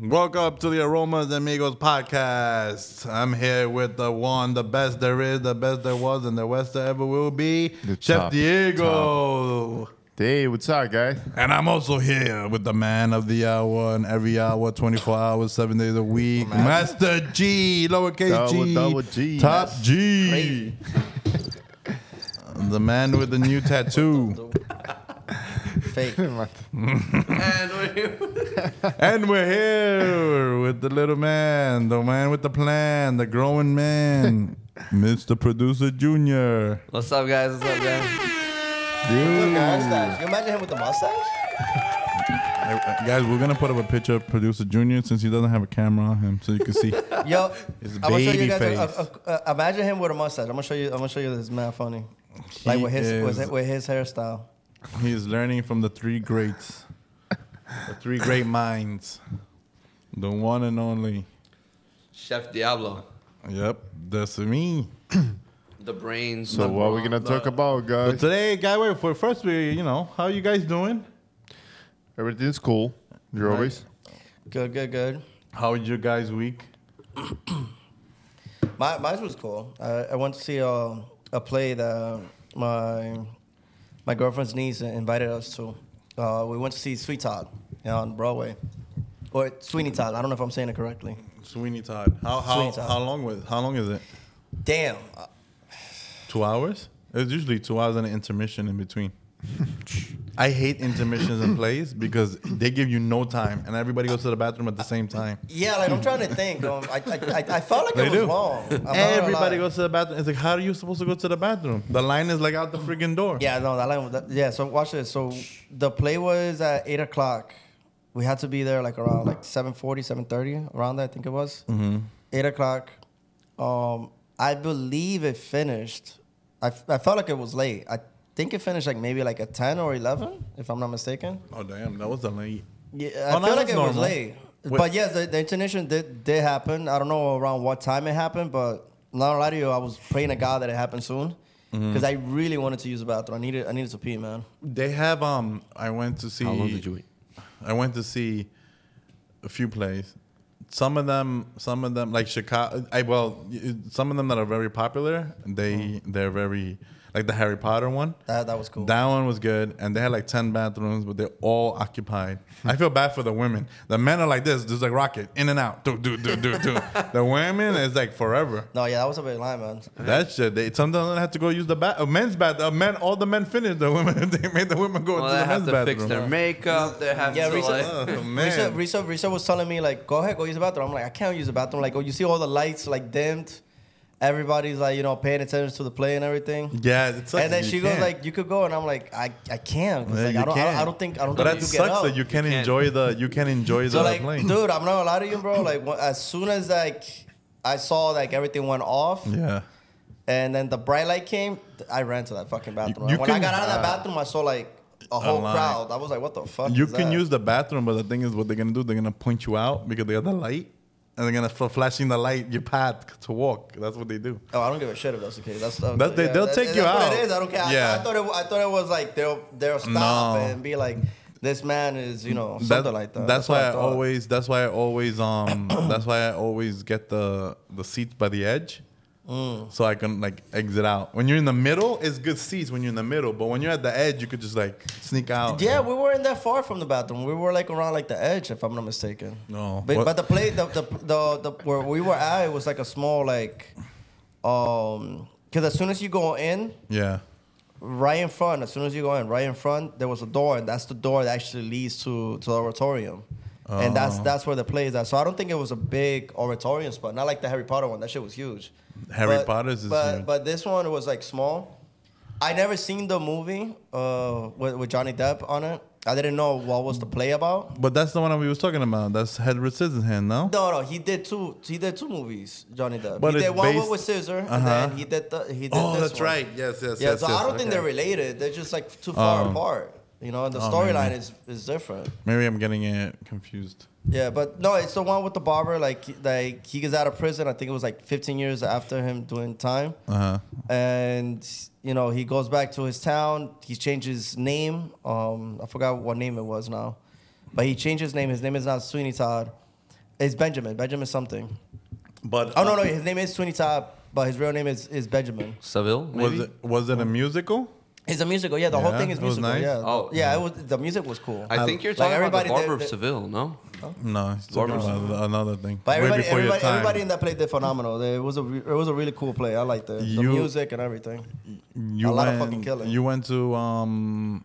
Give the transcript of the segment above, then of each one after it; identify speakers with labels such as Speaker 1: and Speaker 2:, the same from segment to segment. Speaker 1: Welcome to the Aromas Amigos podcast. I'm here with the one, the best there is, the best there was, and the best there ever will be,
Speaker 2: The
Speaker 1: Chef
Speaker 2: top,
Speaker 1: Diego.
Speaker 2: Hey, what's up, guys?
Speaker 1: And I'm also here with the man of the hour and every hour, 24 hours, seven days a week, Master G, lowercase
Speaker 2: Double,
Speaker 1: G,
Speaker 2: double G.
Speaker 1: top
Speaker 2: That's
Speaker 1: G,
Speaker 3: crazy.
Speaker 1: the man with the new tattoo.
Speaker 3: Fake.
Speaker 4: And we're here.
Speaker 1: and we're here with the little man, the man with the plan, the growing man, Mr. Producer Junior.
Speaker 4: What's up, guys? What's up, guys?
Speaker 3: mustache. Can you imagine him with the mustache?
Speaker 1: Hey, uh, guys, we're gonna put up a picture of Producer Junior since he doesn't have a camera on him, so you can see.
Speaker 3: Yo,
Speaker 1: His
Speaker 3: I'm gonna show you
Speaker 1: baby
Speaker 3: guys.
Speaker 1: face.
Speaker 3: A, a, a, imagine him with a mustache. I'm gonna show you. I'm gonna show you this man funny. Like
Speaker 1: He
Speaker 3: with his with
Speaker 1: is-
Speaker 3: his, with his hairstyle.
Speaker 1: He's learning from the three greats, the three great minds, the one and only.
Speaker 4: Chef Diablo,
Speaker 1: Yep, that's me.
Speaker 4: the brains.
Speaker 2: So,
Speaker 4: the
Speaker 2: what are we
Speaker 4: brawn,
Speaker 2: gonna talk
Speaker 4: the-
Speaker 2: about,
Speaker 1: But
Speaker 2: guys?
Speaker 1: today, guy, wait for first we, you know, how you guys doing?
Speaker 2: Everything's cool. You're always.
Speaker 3: Good, good, good.
Speaker 1: How was your guys' week?
Speaker 3: My mine was cool. I, I went to see a, a play that uh, my my girlfriend's niece invited us to. Uh, we went to see Sweet Todd on Broadway, or Sweeney Todd. I don't know if I'm saying it correctly.
Speaker 1: Sweeney Todd. How how
Speaker 3: Sweeney Todd.
Speaker 1: how long was how long is it?
Speaker 3: Damn,
Speaker 1: Two hours? It's usually two hours and an intermission in between. I hate intermissions in plays because they give you no time and everybody goes to the bathroom at the same time.
Speaker 3: Yeah, like I'm trying to think. Um, I, I, I, I felt like
Speaker 1: They
Speaker 3: it was
Speaker 1: do.
Speaker 3: wrong. I'm not gonna
Speaker 1: Everybody
Speaker 3: lie.
Speaker 1: goes to the bathroom. It's like, how are you supposed to go to the bathroom? The line is like out the freaking door.
Speaker 3: Yeah, no, that line. was- That, yeah, so watch this. So the play was at eight o'clock. We had to be there like around like 7.40, 7.30, around that I think it was.
Speaker 1: Mm-hmm.
Speaker 3: Eight o'clock. Um, I believe it finished. I, f- I felt like it was late. I think it finished like maybe like at ten or eleven, if I'm not mistaken.
Speaker 1: Oh damn, that was a late.
Speaker 3: Yeah, I
Speaker 1: Oh, no,
Speaker 3: feel like
Speaker 1: that's
Speaker 3: it was
Speaker 1: normal.
Speaker 3: late.
Speaker 1: Wait.
Speaker 3: But yes, the, the intermission did, did happen. I don't know around what time it happened, but not a lie to you, I was praying to God that it happened soon.
Speaker 1: Mm-hmm.
Speaker 3: Because I really wanted to use the bathroom. I needed I needed to pee, man.
Speaker 1: They have um. I went to see.
Speaker 4: How long did you wait?
Speaker 1: I went to see a few plays. Some of them, some of them, like Chicago. I well, y- some of them that are very popular. They
Speaker 4: Mm-hmm.
Speaker 1: they're very like the Harry Potter one.
Speaker 3: That that was cool.
Speaker 1: That one was good, and they had like ten bathrooms, but they're all occupied. I feel bad for the women. The men are like this, just like rocket, in and out, do do do do do. the women is like forever.
Speaker 3: no, yeah, that was a big line, man.
Speaker 1: That shit. They sometimes they have to go use the bath, a men's bath. Uh, men, all the men finished. The women, they made the women go
Speaker 4: Well,
Speaker 1: to
Speaker 4: they
Speaker 1: the
Speaker 4: have
Speaker 1: men's
Speaker 4: to
Speaker 1: bathroom.
Speaker 4: fix their makeup. They have
Speaker 3: Yeah,
Speaker 4: to
Speaker 3: recent-
Speaker 4: like.
Speaker 1: Oh,
Speaker 3: Risa,
Speaker 1: man.
Speaker 3: Risa, Risa was telling me like, go ahead, go use the bathroom. I'm like, I can't use the bathroom. Like, oh, you see all the lights like dimmed. Everybody's like, you know, paying attention to the play and everything.
Speaker 1: Yeah, it sucks.
Speaker 3: and then
Speaker 1: that
Speaker 3: she
Speaker 1: you
Speaker 3: goes
Speaker 1: can't.
Speaker 3: like, you could go, and I'm like, I, I can't. 'Cause,
Speaker 1: Yeah,
Speaker 3: like,
Speaker 1: you
Speaker 3: I, don't, I don't
Speaker 1: can't.
Speaker 3: I don't think I don't
Speaker 1: But
Speaker 3: think
Speaker 1: that
Speaker 3: you get
Speaker 1: sucks
Speaker 3: up.
Speaker 1: that you can't
Speaker 4: can't.
Speaker 1: enjoy the you can't enjoy the
Speaker 3: So like,
Speaker 1: plane.
Speaker 3: dude, I'm not gonna lie to you, bro. Like, when, as soon as like I saw like everything went off,
Speaker 1: Yeah,
Speaker 3: and then the bright light came, th- I ran to that fucking bathroom.
Speaker 1: you
Speaker 3: when I
Speaker 1: can-
Speaker 3: got out of that
Speaker 1: uh,
Speaker 3: bathroom, I saw like a whole
Speaker 1: line.
Speaker 3: crowd. I was like, what the fuck?
Speaker 1: you
Speaker 3: is
Speaker 1: can
Speaker 3: that?
Speaker 1: use the bathroom, but the thing is, what they're gonna do? They're gonna point you out because they have the light, and they're gonna for flashing the light your path to walk. That's what they do.
Speaker 3: Oh, I don't give a shit if that's the case. That's that,
Speaker 1: That- they- they'll take you
Speaker 3: that's
Speaker 1: out.
Speaker 3: What it is. I don't care. I-
Speaker 1: Yeah.
Speaker 3: I, thought it, wa- I thought it was like they'll they'll stop
Speaker 1: No.
Speaker 3: and be like, this man is you know something
Speaker 1: That-
Speaker 3: like that.
Speaker 1: That's,
Speaker 3: what
Speaker 1: why I,
Speaker 3: thought.
Speaker 1: always. That's why I always. Um. that's why I always get the the seats by the edge,
Speaker 3: Mm.
Speaker 1: so I can like exit out. When you're in the middle, it's good seats. When you're in the middle, but when you're at the edge, you could just like sneak out.
Speaker 3: Yeah, we weren't that far from the bathroom. We were like around like the edge, if I'm not mistaken.
Speaker 1: No.
Speaker 3: but,
Speaker 1: What-
Speaker 3: but the play, the, the the the where we were at, it was like a small like, um, because as soon as you go in,
Speaker 1: Yeah.
Speaker 3: right in front, as soon as you go in, right in front, there was a door, and that's the door that actually leads to to the oratorium. And that's
Speaker 1: Oh.
Speaker 3: that's where the play is at. So I don't think it was a big oratorium spot. Not like the Harry Potter one. That shit was huge.
Speaker 1: Harry
Speaker 3: But-
Speaker 1: Potter's is
Speaker 3: but,
Speaker 1: huge.
Speaker 3: But this one was like small. I never seen the movie uh, with, with Johnny Depp on it. I didn't know what was the play about.
Speaker 1: But that's the one that we was talking about. That's Edward Scissorhands, no?
Speaker 3: No, no, he did two. He did two movies, Johnny Depp.
Speaker 1: But
Speaker 3: he did
Speaker 1: it's
Speaker 3: one
Speaker 1: based-
Speaker 3: with Scissor, and
Speaker 1: Uh-huh.
Speaker 3: then he did the he did
Speaker 1: Oh,
Speaker 3: this
Speaker 1: that's
Speaker 3: one.
Speaker 1: right. Yes, yes,
Speaker 3: Yeah,
Speaker 1: yes.
Speaker 3: so
Speaker 1: yes.
Speaker 3: I don't think
Speaker 1: Okay.
Speaker 3: they're related. They're just like too far
Speaker 1: Oh.
Speaker 3: apart. You know, and the
Speaker 1: Oh,
Speaker 3: storyline
Speaker 1: maybe.
Speaker 3: is, is different.
Speaker 1: Maybe I'm getting it confused.
Speaker 3: Yeah, but no, it's the one with the barber. Like, he- like he gets out of prison. I think it was like 15 years after him doing time,
Speaker 1: Uh huh.
Speaker 3: and you know he goes back to his town. He changes name. Um, I forgot what name it was now, but he changed his name. His name is not Sweeney Todd, It's Benjamin. Benjamin something.
Speaker 1: But
Speaker 3: Oh no no, his name is Sweeney Todd, but his real name is, is Benjamin.
Speaker 4: Seville?
Speaker 1: was
Speaker 4: maybe?
Speaker 1: it was it a musical?
Speaker 3: It's a musical. Yeah, the whole
Speaker 1: Yeah,
Speaker 3: thing is
Speaker 1: it was
Speaker 3: musical.
Speaker 1: nice.
Speaker 3: Yeah.
Speaker 4: Oh.
Speaker 3: yeah. It was the music was cool.
Speaker 4: I think you're
Speaker 3: like
Speaker 4: talking about
Speaker 3: everybody-
Speaker 4: the Barber
Speaker 3: they-
Speaker 4: of
Speaker 3: they-
Speaker 4: Seville, no?
Speaker 1: No, it's talking
Speaker 4: Barber's-
Speaker 1: about another thing.
Speaker 3: But
Speaker 1: Way
Speaker 3: everybody,
Speaker 1: before your
Speaker 3: everybody,
Speaker 1: time.
Speaker 3: everybody in that play did phenomenal. It was a re- it was a really cool play. I liked the, the
Speaker 1: You-
Speaker 3: music and everything.
Speaker 1: you
Speaker 3: a lot of
Speaker 1: went,
Speaker 3: fucking killing.
Speaker 1: You went to um,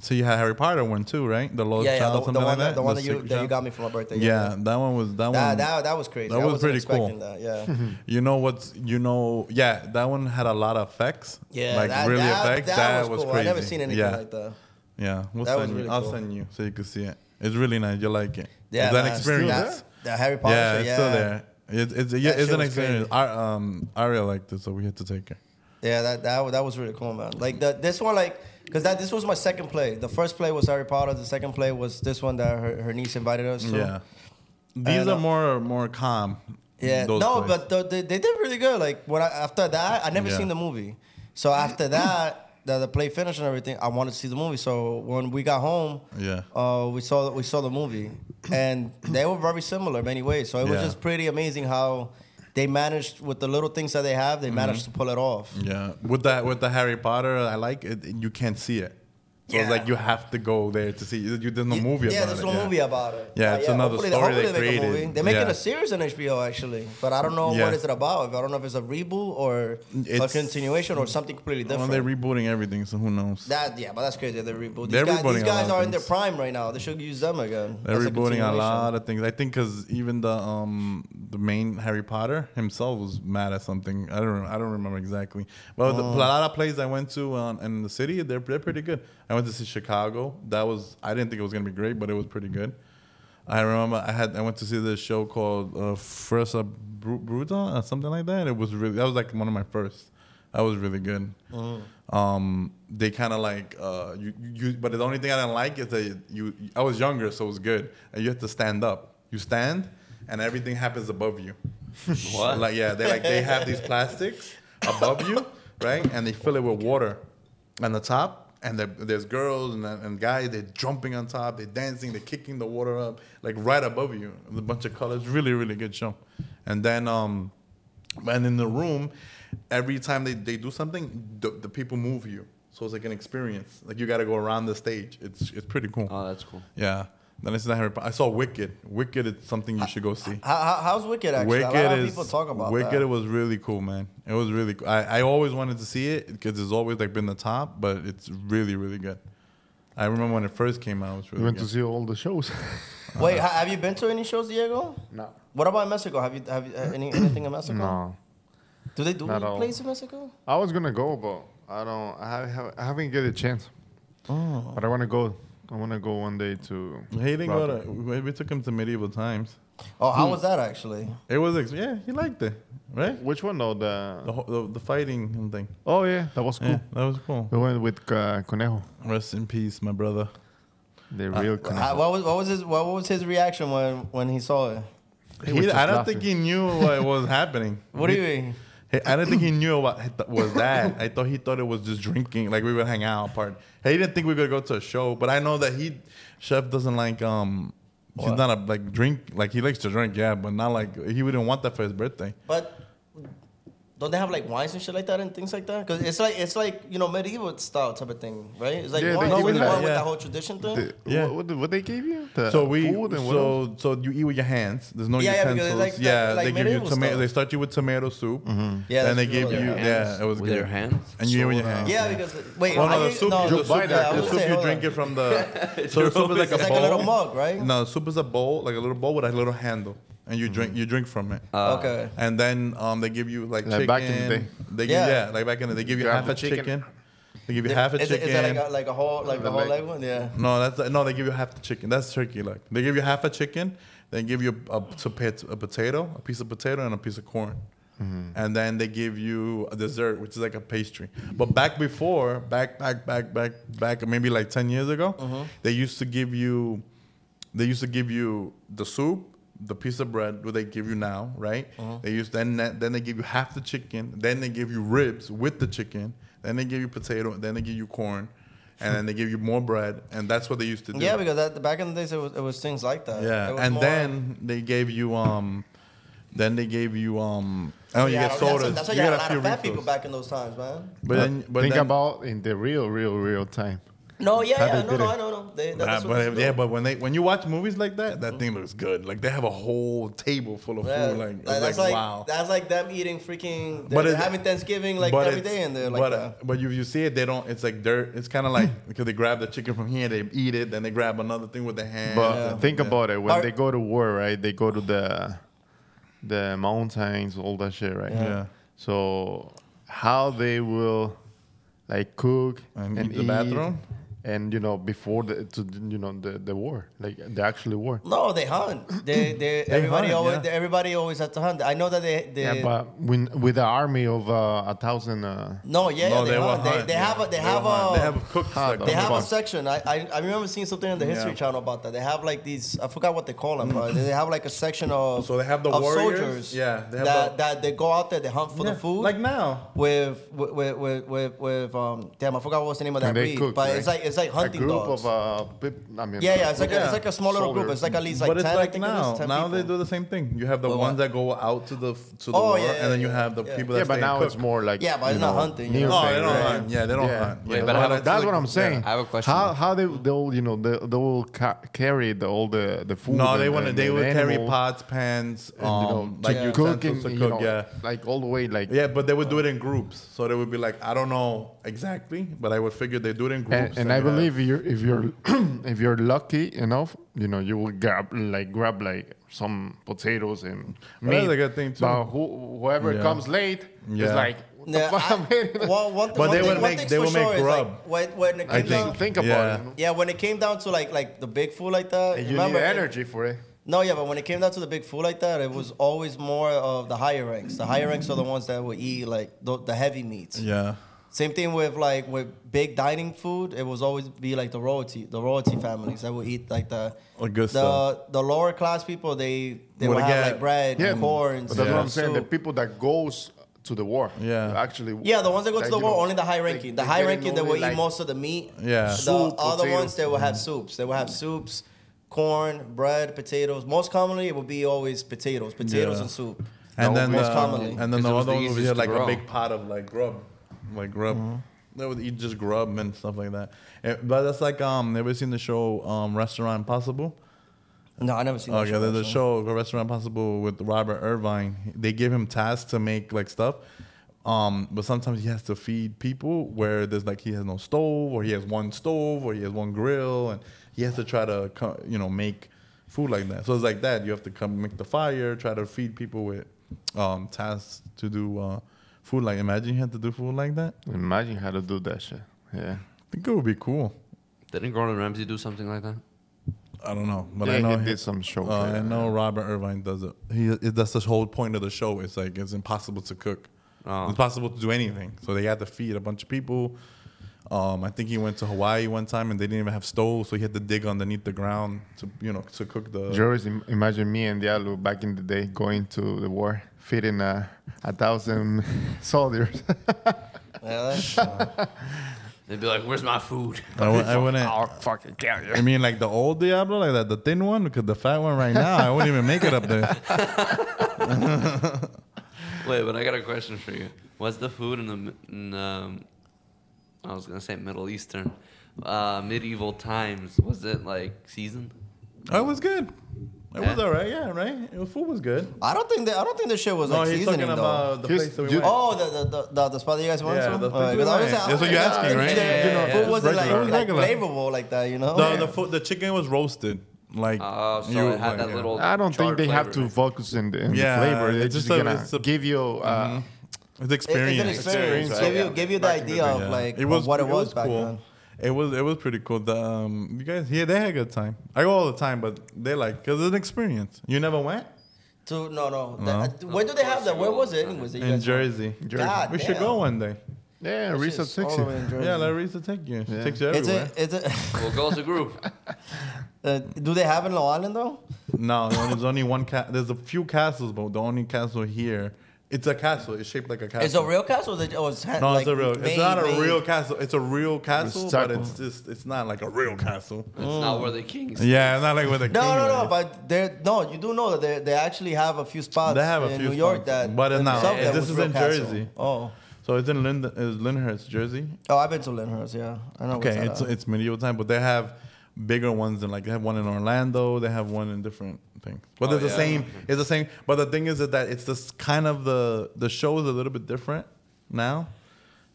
Speaker 1: so you had Harry Potter one too, right? The Lost
Speaker 3: Yeah, yeah,
Speaker 1: Child,
Speaker 3: the, the
Speaker 1: something
Speaker 3: one
Speaker 1: like
Speaker 3: that,
Speaker 1: that.
Speaker 3: the one that you
Speaker 1: Secret
Speaker 3: that you
Speaker 1: Child?
Speaker 3: got me for my birthday.
Speaker 1: Yeah, that one was that
Speaker 3: That,
Speaker 1: one.
Speaker 3: that, that was crazy.
Speaker 1: that
Speaker 3: I
Speaker 1: was
Speaker 3: wasn't
Speaker 1: pretty
Speaker 3: expecting
Speaker 1: cool.
Speaker 3: That. Yeah,
Speaker 1: You know what's you know yeah that one had a lot of effects
Speaker 3: yeah.
Speaker 1: like
Speaker 3: that,
Speaker 1: really
Speaker 3: that,
Speaker 1: effects
Speaker 3: That, was, cool.
Speaker 1: crazy
Speaker 3: I never seen anything
Speaker 1: yeah
Speaker 3: like that.
Speaker 1: yeah we'll
Speaker 3: That was
Speaker 1: send you.
Speaker 3: really
Speaker 1: I'll
Speaker 3: cool.
Speaker 1: send you so you can see it it's really nice you like it
Speaker 3: Yeah,
Speaker 1: it's an
Speaker 3: man,
Speaker 1: experience
Speaker 3: that- The Harry Potter.
Speaker 1: yeah
Speaker 3: shit,
Speaker 1: it's
Speaker 3: yeah.
Speaker 1: still there it, it's yeah,
Speaker 3: That
Speaker 1: it's
Speaker 3: shit
Speaker 1: an
Speaker 3: was
Speaker 1: experience
Speaker 3: crazy.
Speaker 1: I um Aria liked it so we had to take her
Speaker 3: Yeah, that that wa- that was really cool, man. Like the, this one, like because that this was my second play. The first play was Harry Potter. The second play was this one that her, her niece invited us to.
Speaker 1: yeah these
Speaker 3: And,
Speaker 1: are
Speaker 3: uh,
Speaker 1: more more calm
Speaker 3: Yeah,
Speaker 1: those
Speaker 3: no,
Speaker 1: plays.
Speaker 3: but the, they, they did really good. Like when I, after that, I never
Speaker 1: Yeah.
Speaker 3: seen the movie. So after that, the, the play finished and everything, I wanted to see the movie. So when we got home,
Speaker 1: Yeah.
Speaker 3: uh, we saw we saw the movie, and they were very similar in many ways. So it was
Speaker 1: Yeah.
Speaker 3: just pretty amazing how they managed with the little things that they have, they managed to pull it off.
Speaker 1: Mm-hmm. yeah with that with the Harry Potter I like it you can't see it so it's
Speaker 3: Yeah.
Speaker 1: like you have to go there to see you, you there's no movie
Speaker 3: yeah,
Speaker 1: about
Speaker 3: there's
Speaker 1: it
Speaker 3: no movie about it.
Speaker 1: Yeah, it's another
Speaker 3: hopefully
Speaker 1: story they
Speaker 3: hopefully make a
Speaker 1: created.
Speaker 3: movie. They're making
Speaker 1: Yeah.
Speaker 3: a series on HBO actually, but I don't know
Speaker 1: Yeah.
Speaker 3: what is it about. I don't know if it's a reboot or
Speaker 1: It's- Oh,
Speaker 3: a continuation or something completely
Speaker 1: Well,
Speaker 3: different.
Speaker 1: they're rebooting everything, so who knows?
Speaker 3: That yeah, but that's crazy. They're rebooting.
Speaker 1: They're
Speaker 3: these guys,
Speaker 1: rebooting
Speaker 3: these
Speaker 1: a
Speaker 3: guys
Speaker 1: lot of
Speaker 3: are in their
Speaker 1: things.
Speaker 3: prime right now. They should use them again.
Speaker 1: They're
Speaker 3: That's
Speaker 1: rebooting a
Speaker 3: continuation.
Speaker 1: lot of things. I think because even the um the main Harry Potter himself was mad at something. I don't I don't remember exactly. But
Speaker 3: Oh.
Speaker 1: the, a lot of plays I went to um, in the city, they're they're pretty good. I went to see Chicago. That was I didn't think it was gonna be great, but it was pretty good. I remember I had I went to see this show called uh, First Up Bru- Brutal or something like that. It was really that was like one of my first. That was really good. Um, they kind of like uh, you, you, but the only thing I didn't like is that you. I was younger, so it was good. And you have to stand up. You stand, and everything happens above you.
Speaker 4: What?
Speaker 1: Like yeah, they like they have these plastics above you, right? And they fill it with water on the top. And there- there's girls and, and guys. They're jumping on top. They're dancing. They're kicking the water up, like right above you. There's A bunch of colors. Really, really good show. And then, um, and in the room, every time they, they do something, the, the people move you. So it's like an experience. Like you got to go around the stage. It's it's pretty cool.
Speaker 4: Oh, that's cool.
Speaker 1: yeah. Then I said Harry Potter. I saw Wicked. Wicked is something you should go see.
Speaker 3: How, how, how's Wicked actually? a lot of people talk about
Speaker 1: Wicked
Speaker 3: that.
Speaker 1: was really cool, man. It was really cool. I, I always wanted to see it because it's always like been the top, but it's really really good. I remember when it first came out, it was really
Speaker 2: We went to
Speaker 1: good.
Speaker 2: see all the shows.
Speaker 3: Wait, ha- have you been to any shows, Diego?
Speaker 2: no.
Speaker 3: What about in Mexico? Have you have you, uh, any anything in Mexico?
Speaker 2: No.
Speaker 3: Do they do
Speaker 2: Not all.
Speaker 3: plays in Mexico?
Speaker 2: I was gonna go, but I don't. I, have, I haven't get a chance.
Speaker 1: Oh.
Speaker 2: But I wanna go. I wanna go one day to.
Speaker 1: He didn't go
Speaker 2: Rotterdam.
Speaker 1: to. We we took him to medieval times.
Speaker 3: Oh, how was that actually?
Speaker 1: It was ex- yeah, he liked it, right?
Speaker 2: Which one though?
Speaker 1: The
Speaker 2: The.
Speaker 1: whole, the, the fighting and thing.
Speaker 2: Oh yeah, that was cool.
Speaker 1: Yeah, that was cool.
Speaker 2: We went with uh, Conejo,
Speaker 1: Rest in peace, my brother.
Speaker 2: the
Speaker 1: Ah,
Speaker 2: real Conejo.
Speaker 3: How- what was what was his what was his reaction when when he saw it?
Speaker 2: He
Speaker 1: He-
Speaker 2: was just
Speaker 1: I don't
Speaker 2: laughing.
Speaker 1: think he knew what was happening.
Speaker 3: What do
Speaker 1: He-
Speaker 3: you mean?
Speaker 1: He- I don't think he knew what he th- was that. I thought he thought it was just drinking, like we would hang out part. He didn't think we could go to a show, but I know that he, Chef doesn't like um, he's
Speaker 3: What?
Speaker 1: not a like drink like he likes to drink, yeah, but not like he wouldn't want that for his birthday.
Speaker 3: But don't they have like wines and shit like that and things like that? Because it's like it's like you know medieval style type of thing, right? It's like
Speaker 2: Yeah, they
Speaker 3: wine,
Speaker 2: give
Speaker 3: with,
Speaker 2: you that,
Speaker 3: with
Speaker 1: yeah.
Speaker 3: that whole tradition thing.
Speaker 2: The-
Speaker 1: Yeah.
Speaker 2: What, what, the- what they gave you? The
Speaker 1: So we
Speaker 2: Uh, food and what else?
Speaker 1: so so you eat with your hands. There's no
Speaker 3: Yeah, yeah, because
Speaker 1: utensils. Yeah,
Speaker 3: like that- like
Speaker 1: they give you
Speaker 3: medieval
Speaker 1: tomato.
Speaker 3: stuff.
Speaker 1: They start you with tomato soup.
Speaker 3: Yeah,
Speaker 1: then
Speaker 3: that's
Speaker 1: they
Speaker 3: what
Speaker 1: give
Speaker 3: it was.
Speaker 1: you
Speaker 3: With
Speaker 4: your
Speaker 1: yeah,
Speaker 4: hands?
Speaker 1: it was
Speaker 4: With
Speaker 1: good.
Speaker 4: your hands?
Speaker 1: and you eat with your
Speaker 2: So, uh,
Speaker 1: hands.
Speaker 3: Yeah, because wait,
Speaker 1: Well,
Speaker 3: I
Speaker 1: no, the
Speaker 3: didn't-
Speaker 1: soup,
Speaker 3: no,
Speaker 1: the
Speaker 3: the
Speaker 1: soup,
Speaker 2: buy
Speaker 1: yeah,
Speaker 2: that.
Speaker 3: I
Speaker 1: the
Speaker 3: will
Speaker 1: soup
Speaker 3: say,
Speaker 1: you
Speaker 3: hold
Speaker 1: drink
Speaker 3: on.
Speaker 1: it from the. so the soup is like a
Speaker 3: It's like a
Speaker 1: bowl.
Speaker 3: little mug, right?
Speaker 1: No, the soup is a bowl, like a little bowl with a little handle, and you
Speaker 3: Mm-hmm.
Speaker 1: drink you drink from it.
Speaker 4: Uh,
Speaker 3: okay.
Speaker 1: and then um, they give you like, chicken.
Speaker 2: Like back in the day.
Speaker 1: They give,
Speaker 3: Yeah.
Speaker 1: yeah. like back in the day, they give you
Speaker 2: Grab
Speaker 1: half a
Speaker 2: the chicken.
Speaker 1: chicken. They give you half a
Speaker 3: is
Speaker 1: chicken.
Speaker 3: It, is it like a, like a whole like the
Speaker 2: The
Speaker 3: whole
Speaker 2: leg.
Speaker 3: leg one? Yeah.
Speaker 1: no, that's no. They give you half the chicken. That's turkey leg. They give you half a chicken. They give you a, a pit- a potato, a piece of potato, and a piece of corn.
Speaker 2: Mm-hmm.
Speaker 1: And then they give you a dessert, which is like a pastry. But back before, back back back back back, maybe like ten years ago,
Speaker 3: Uh-huh.
Speaker 1: they used to give you, they used to give you the soup, the piece of bread, what they give you now, right?
Speaker 3: Uh-huh.
Speaker 1: They used then that- then they give you half the chicken, then they give you ribs with the chicken, then they give you potato, then they give you corn. and then they give you more bread, and that's what they used to do.
Speaker 3: Yeah, because that, back in the days it was, it was things like that. It
Speaker 1: yeah,
Speaker 3: was
Speaker 1: and
Speaker 3: more-
Speaker 1: then they gave you um, then they gave you um, oh you
Speaker 3: Yeah,
Speaker 1: get
Speaker 3: that's why-
Speaker 1: sodas.
Speaker 3: That's why
Speaker 1: you
Speaker 3: you, had a
Speaker 1: got
Speaker 3: lot of
Speaker 1: few
Speaker 3: fat people
Speaker 1: refills.
Speaker 3: back in those times, man.
Speaker 1: But then, but
Speaker 2: Think
Speaker 1: then,
Speaker 2: about in the real, real, real time.
Speaker 3: No, yeah,
Speaker 2: How
Speaker 3: yeah,
Speaker 2: they
Speaker 3: no,
Speaker 2: did
Speaker 3: no,
Speaker 2: it.
Speaker 3: I know, no. They, that,
Speaker 1: Nah,
Speaker 3: that's what
Speaker 1: but
Speaker 3: they
Speaker 1: yeah,
Speaker 3: do.
Speaker 1: but when they when you watch movies like that, that thing looks good. Like they have a whole table full of
Speaker 3: Yeah,
Speaker 1: food. Like, it's
Speaker 3: that's
Speaker 1: like,
Speaker 3: like
Speaker 1: wow.
Speaker 3: that's like them eating freaking.
Speaker 1: But
Speaker 3: But they're
Speaker 1: it-
Speaker 3: having Thanksgiving like
Speaker 1: But
Speaker 3: every
Speaker 1: it's-
Speaker 3: day, and they're like,
Speaker 1: but,
Speaker 3: that.
Speaker 1: but you you see it, they don't. It's like dirt. It's kind of like because they grab the chicken from here, they eat it, then they grab another thing with their hand.
Speaker 2: But
Speaker 3: Yeah.
Speaker 2: think about it. When
Speaker 3: Are-
Speaker 2: they go to war, right? They go to the the mountains, all that shit, right?
Speaker 1: yeah.
Speaker 2: So how they will like cook
Speaker 1: And eat the bathroom?
Speaker 2: and you know before the to you know the, the war, like the actual war.
Speaker 3: no, they hunt. They, they, everybody
Speaker 1: hunt,
Speaker 3: always,
Speaker 1: yeah.
Speaker 3: they- everybody always has to hunt. I know that they, they
Speaker 2: Yeah, but when, with the army of uh, a thousand, uh,
Speaker 3: no, yeah,
Speaker 1: No,
Speaker 3: they,
Speaker 1: they will
Speaker 3: hunt. They,
Speaker 1: hunt,
Speaker 3: they
Speaker 1: yeah.
Speaker 3: have, a, they
Speaker 1: They
Speaker 3: have
Speaker 1: will hunt.
Speaker 3: a,
Speaker 1: They have a cook section.
Speaker 3: They have a
Speaker 2: Fuck.
Speaker 3: section. I, I, I remember seeing something on the History
Speaker 1: Yeah. Mm.
Speaker 3: Channel about that. They have like these. I forgot what they call them, but they have like a section of
Speaker 1: So they have the
Speaker 3: of
Speaker 1: warriors?
Speaker 3: soldiers.
Speaker 1: Yeah, they have
Speaker 3: that
Speaker 1: the-
Speaker 3: that they go out there. They hunt for
Speaker 1: Yeah,
Speaker 3: the food.
Speaker 1: Like now.
Speaker 3: with with with with, with um damn I forgot what's the name of that
Speaker 2: And they
Speaker 3: breed,
Speaker 2: cook,
Speaker 3: but
Speaker 2: right?
Speaker 3: it's like it's like
Speaker 2: a
Speaker 3: hunting
Speaker 2: group
Speaker 3: dogs.
Speaker 2: of uh, peop I mean,
Speaker 3: yeah, yeah, it's like a,
Speaker 1: Yeah.
Speaker 3: it's like a small little group.
Speaker 2: Soldier.
Speaker 3: It's like at least like
Speaker 1: but it's
Speaker 3: ten. I
Speaker 1: like
Speaker 3: think
Speaker 1: now.
Speaker 3: it is, 10
Speaker 1: now
Speaker 3: people.
Speaker 1: they do the same thing. You have the
Speaker 3: Well,
Speaker 1: ones
Speaker 3: what?
Speaker 1: that go out to the f- to the
Speaker 3: Oh,
Speaker 1: war,
Speaker 3: yeah,
Speaker 1: and then you
Speaker 3: yeah,
Speaker 2: have
Speaker 1: have the
Speaker 3: yeah.
Speaker 1: people that
Speaker 2: yeah, but
Speaker 1: stay
Speaker 2: now
Speaker 1: and
Speaker 2: it's
Speaker 1: cook.
Speaker 2: more like
Speaker 3: Yeah, but it's
Speaker 2: you
Speaker 3: not
Speaker 2: know,
Speaker 3: hunting,
Speaker 2: new
Speaker 3: yeah.
Speaker 1: No,
Speaker 2: thing,
Speaker 1: they Oh, don't
Speaker 2: right?
Speaker 1: hunt. Yeah, they don't
Speaker 2: Yeah.
Speaker 1: hunt.
Speaker 4: Wait,
Speaker 1: Yeah,
Speaker 4: but
Speaker 1: that's
Speaker 4: I-
Speaker 1: why it's
Speaker 2: That's
Speaker 1: like-
Speaker 2: what I'm saying.
Speaker 1: Yeah.
Speaker 4: I have a question.
Speaker 2: How how they they'll you know they they will ca- carry the all the the food.
Speaker 1: No,
Speaker 2: and
Speaker 1: they
Speaker 2: the-
Speaker 1: want to.
Speaker 2: and
Speaker 1: They
Speaker 2: the
Speaker 1: would carry
Speaker 2: animal,
Speaker 1: pots, pans, um,
Speaker 2: and, you know,
Speaker 1: like
Speaker 2: to
Speaker 1: you
Speaker 2: cook and,
Speaker 1: to cook.
Speaker 2: you know,
Speaker 1: yeah,
Speaker 2: like all the way like
Speaker 1: yeah, but they would do it in groups. So they would be like, I don't know exactly, but I would figure they do it in groups.
Speaker 2: And, and I
Speaker 1: you have-
Speaker 2: believe you if you're if you're lucky enough, you know, you will grab like grab like some potatoes and
Speaker 1: Well,
Speaker 2: meat.
Speaker 1: that's a good thing, too.
Speaker 2: But who, whoever
Speaker 1: Yeah.
Speaker 2: comes late
Speaker 1: Yeah.
Speaker 2: is like, what the
Speaker 3: Yeah,
Speaker 2: fuck
Speaker 3: I-
Speaker 2: I'm eating?
Speaker 3: well, one,
Speaker 1: But
Speaker 3: one
Speaker 1: they
Speaker 3: thing-
Speaker 1: will
Speaker 3: one
Speaker 1: make-
Speaker 3: thing
Speaker 1: they
Speaker 3: for
Speaker 1: will make
Speaker 3: sure is, like,
Speaker 1: grub.
Speaker 3: when, when it
Speaker 2: I
Speaker 3: came
Speaker 2: think
Speaker 3: down,
Speaker 2: think about
Speaker 1: Yeah.
Speaker 2: it. You, know?
Speaker 3: yeah, when it came down to like like the big food like that,
Speaker 2: And you
Speaker 3: remember
Speaker 2: need
Speaker 3: it-
Speaker 2: energy for it.
Speaker 3: No, yeah, but when it came down to the big food like that, it was always more of the higher ranks. The higher ranks are the ones that would eat like the, the heavy meats.
Speaker 1: Yeah.
Speaker 3: Same thing with like with big dining food. It was always be like the royalty, the royalty families that would eat like the
Speaker 1: Like good
Speaker 3: the
Speaker 1: stuff.
Speaker 3: the lower class people. They they
Speaker 1: Would
Speaker 3: would have
Speaker 1: get-
Speaker 3: like bread,
Speaker 2: Yeah,
Speaker 3: and corn.
Speaker 2: But that's what I'm
Speaker 3: soup.
Speaker 2: saying. The people that goes to the war,
Speaker 1: Yeah.
Speaker 2: actually,
Speaker 3: yeah, the ones that go to
Speaker 2: like,
Speaker 3: the
Speaker 2: you
Speaker 3: war,
Speaker 2: know,
Speaker 3: only the high
Speaker 2: they-
Speaker 3: ranking. the
Speaker 2: they
Speaker 3: high
Speaker 2: get
Speaker 3: ranking, they
Speaker 2: only,
Speaker 3: will eat
Speaker 2: like-
Speaker 3: most of the meat.
Speaker 1: Yeah. Mm-hmm.
Speaker 3: The
Speaker 2: Soup,
Speaker 3: other
Speaker 2: potato.
Speaker 3: ones, they will have soups. They will have soups, corn, bread, potatoes. Most commonly, it will be always potatoes, potatoes
Speaker 1: Yeah.
Speaker 3: and soup.
Speaker 1: And
Speaker 4: No,
Speaker 1: then,
Speaker 3: most
Speaker 1: uh,
Speaker 3: commonly.
Speaker 1: and then
Speaker 4: Because
Speaker 1: the
Speaker 4: it was
Speaker 1: other
Speaker 4: the
Speaker 1: one would be
Speaker 4: easiest to
Speaker 1: like a
Speaker 4: grow. Mm-hmm.
Speaker 1: big pot of like grub, like grub. They would eat just grub and stuff like that. Eh, but that's like um, ever seen the show um, Restaurant Impossible?
Speaker 3: No, I never seen. that
Speaker 1: Okay,
Speaker 3: show,
Speaker 1: there's a
Speaker 3: actually.
Speaker 1: show, Restaurant Possible, with Robert Irvine. They give him tasks to make like stuff, um, but sometimes he has to feed people where there's like he has no stove, or he has one stove, or he has one grill, and he has to try to co- you know make food like that. So it's like that. You have to come make the fire, try to feed people with um, tasks to do uh, food. Like imagine you had to do food like that.
Speaker 2: Imagine how to do that shit. Yeah.
Speaker 1: I think it would be cool.
Speaker 4: Didn't Gordon Ramsay do something like that?
Speaker 1: I don't know, but
Speaker 2: Yeah,
Speaker 1: I know
Speaker 2: he did some show,
Speaker 1: Uh, I
Speaker 2: yeah.
Speaker 1: know Robert Irvine does it. He it, that's the whole point of the show. It's like it's impossible to cook.
Speaker 4: Oh.
Speaker 1: It's possible to do anything. So they had to feed a bunch of people. Um, I think he went to Hawaii one time and they didn't even have stoves, so he had to dig underneath the ground to you know to cook the.
Speaker 2: You always im- imagine me and Diallo back in the day going to the war, feeding a, a thousand soldiers.
Speaker 3: Yeah, that's-
Speaker 4: They'd be like, "Where's my food?"
Speaker 1: I, wou- I wouldn't.
Speaker 2: I'll fucking kill you.
Speaker 1: I mean, like the old Diablo, like that, the thin one, because the fat one right now, I wouldn't even make it up there.
Speaker 4: Wait, but I got a question for you. What's the food in the mi- in, um, I was gonna say Middle Eastern, uh, medieval times? Was it like seasoned?
Speaker 1: It was good. It was
Speaker 4: Yeah.
Speaker 1: all right, yeah, right. The food was good.
Speaker 3: I don't think that I don't think the shit was
Speaker 1: No,
Speaker 3: like
Speaker 1: he's
Speaker 3: seasoning
Speaker 1: talking
Speaker 3: though.
Speaker 1: about the
Speaker 2: Here's-
Speaker 1: place that we
Speaker 2: you-
Speaker 1: went.
Speaker 3: Oh, the the, the, the, the spot that you guys went
Speaker 1: Yeah,
Speaker 3: to.
Speaker 1: the place
Speaker 3: Alright,
Speaker 1: we
Speaker 3: 'cause I was
Speaker 1: went.
Speaker 3: saying, I
Speaker 1: That's what
Speaker 3: don't
Speaker 1: you're
Speaker 3: think
Speaker 1: asking,
Speaker 3: that-
Speaker 1: right?
Speaker 3: the-
Speaker 4: Yeah, yeah,
Speaker 3: the
Speaker 4: yeah.
Speaker 3: food
Speaker 4: It's
Speaker 3: wasn't like,
Speaker 1: regular.
Speaker 3: like
Speaker 1: Regular.
Speaker 3: flavorful like that, you know.
Speaker 1: No, the food, the chicken was roasted. Like
Speaker 4: Oh, so
Speaker 1: you-
Speaker 4: it had that
Speaker 1: yeah.
Speaker 4: little.
Speaker 2: I don't think
Speaker 4: charred
Speaker 2: they have
Speaker 4: flavor.
Speaker 2: to focus in the, in the
Speaker 1: Yeah,
Speaker 2: flavor. They're
Speaker 1: it's
Speaker 2: just,
Speaker 1: just a-
Speaker 2: gonna
Speaker 1: it's a- Mm-hmm.
Speaker 2: give you. Uh,
Speaker 1: It's
Speaker 3: It- it's an
Speaker 1: experience.
Speaker 3: experience.
Speaker 4: Experience,
Speaker 3: Give
Speaker 4: right?
Speaker 3: you give you the
Speaker 2: Back in the
Speaker 3: idea of
Speaker 1: Yeah.
Speaker 3: like of what it was back
Speaker 1: cool.
Speaker 3: then.
Speaker 1: It was it was pretty cool. The, um, you guys, yeah, they had a good time. I go all the time, but they like because it's an experience. You never went
Speaker 3: To no no.
Speaker 1: No.
Speaker 3: That- uh, where do they have that? Where was it? Anyways, that you
Speaker 1: in
Speaker 3: guys-
Speaker 1: Jersey.
Speaker 2: Jersey.
Speaker 3: God
Speaker 1: We should
Speaker 3: damn.
Speaker 1: go one day.
Speaker 2: yeah,
Speaker 3: That
Speaker 2: reset
Speaker 3: shit's all the way in
Speaker 2: 60.
Speaker 3: Jersey.
Speaker 1: Yeah, Larissa take you. She
Speaker 2: Yeah.
Speaker 1: takes you
Speaker 3: It's
Speaker 1: everywhere.
Speaker 3: a, it's a,
Speaker 4: We'll go as a group.
Speaker 3: uh, do they have it in Long Island though?
Speaker 1: no, no, there's only one. Ca- there's a few castles, but the only castle here It's a castle. It's shaped like a castle.
Speaker 3: It's a real castle. Or is it, oh, it's ha-
Speaker 1: No,
Speaker 3: like
Speaker 1: it's a real. It's
Speaker 3: made-
Speaker 1: not a
Speaker 3: made-
Speaker 1: real castle. It's a real castle, but
Speaker 2: taco.
Speaker 1: it's just. It's not like a real castle.
Speaker 4: It's not where the kings.
Speaker 1: Yeah, it's not like with a
Speaker 3: No, no, no. But there, no, you do know that they, they actually have a few spots
Speaker 1: They have a
Speaker 3: in
Speaker 1: few
Speaker 3: New York
Speaker 1: spots,
Speaker 3: that.
Speaker 1: but
Speaker 3: in
Speaker 1: not-
Speaker 3: itself that
Speaker 1: this
Speaker 3: was
Speaker 1: is
Speaker 3: real
Speaker 1: in
Speaker 3: castle.
Speaker 1: Jersey.
Speaker 3: Oh,
Speaker 1: So it's in Lind- is Lyndhurst, Jersey.
Speaker 3: oh, I've been to Lyndhurst. Yeah, I know. what's
Speaker 1: Okay,
Speaker 3: that
Speaker 1: it's
Speaker 3: at.
Speaker 1: it's medieval time, but they have bigger ones than like they have one in Orlando. They have one in different things, but
Speaker 4: Oh,
Speaker 1: it's
Speaker 4: yeah.
Speaker 1: the same. It's the same. But the thing is that, that it's this kind of the the show is a little bit different now,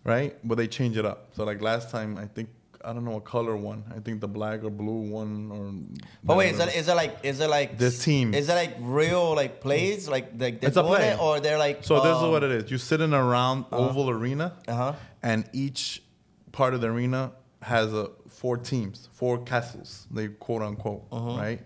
Speaker 1: right? But they change it up. So like last time, I think I don't know a color one. I think the black or blue one or.
Speaker 3: But wait, is
Speaker 1: whatever.
Speaker 3: that is it like is it like
Speaker 1: This team.
Speaker 3: Is it like real like plays like like they're
Speaker 1: It's a
Speaker 3: doing
Speaker 1: play.
Speaker 3: it or they're like um,
Speaker 1: So this is what it is. You sit in a round oval arena,
Speaker 3: Uh-huh.
Speaker 1: and each part of the arena has a four teams, four castles. They quote unquote,
Speaker 3: Uh-huh.
Speaker 1: right?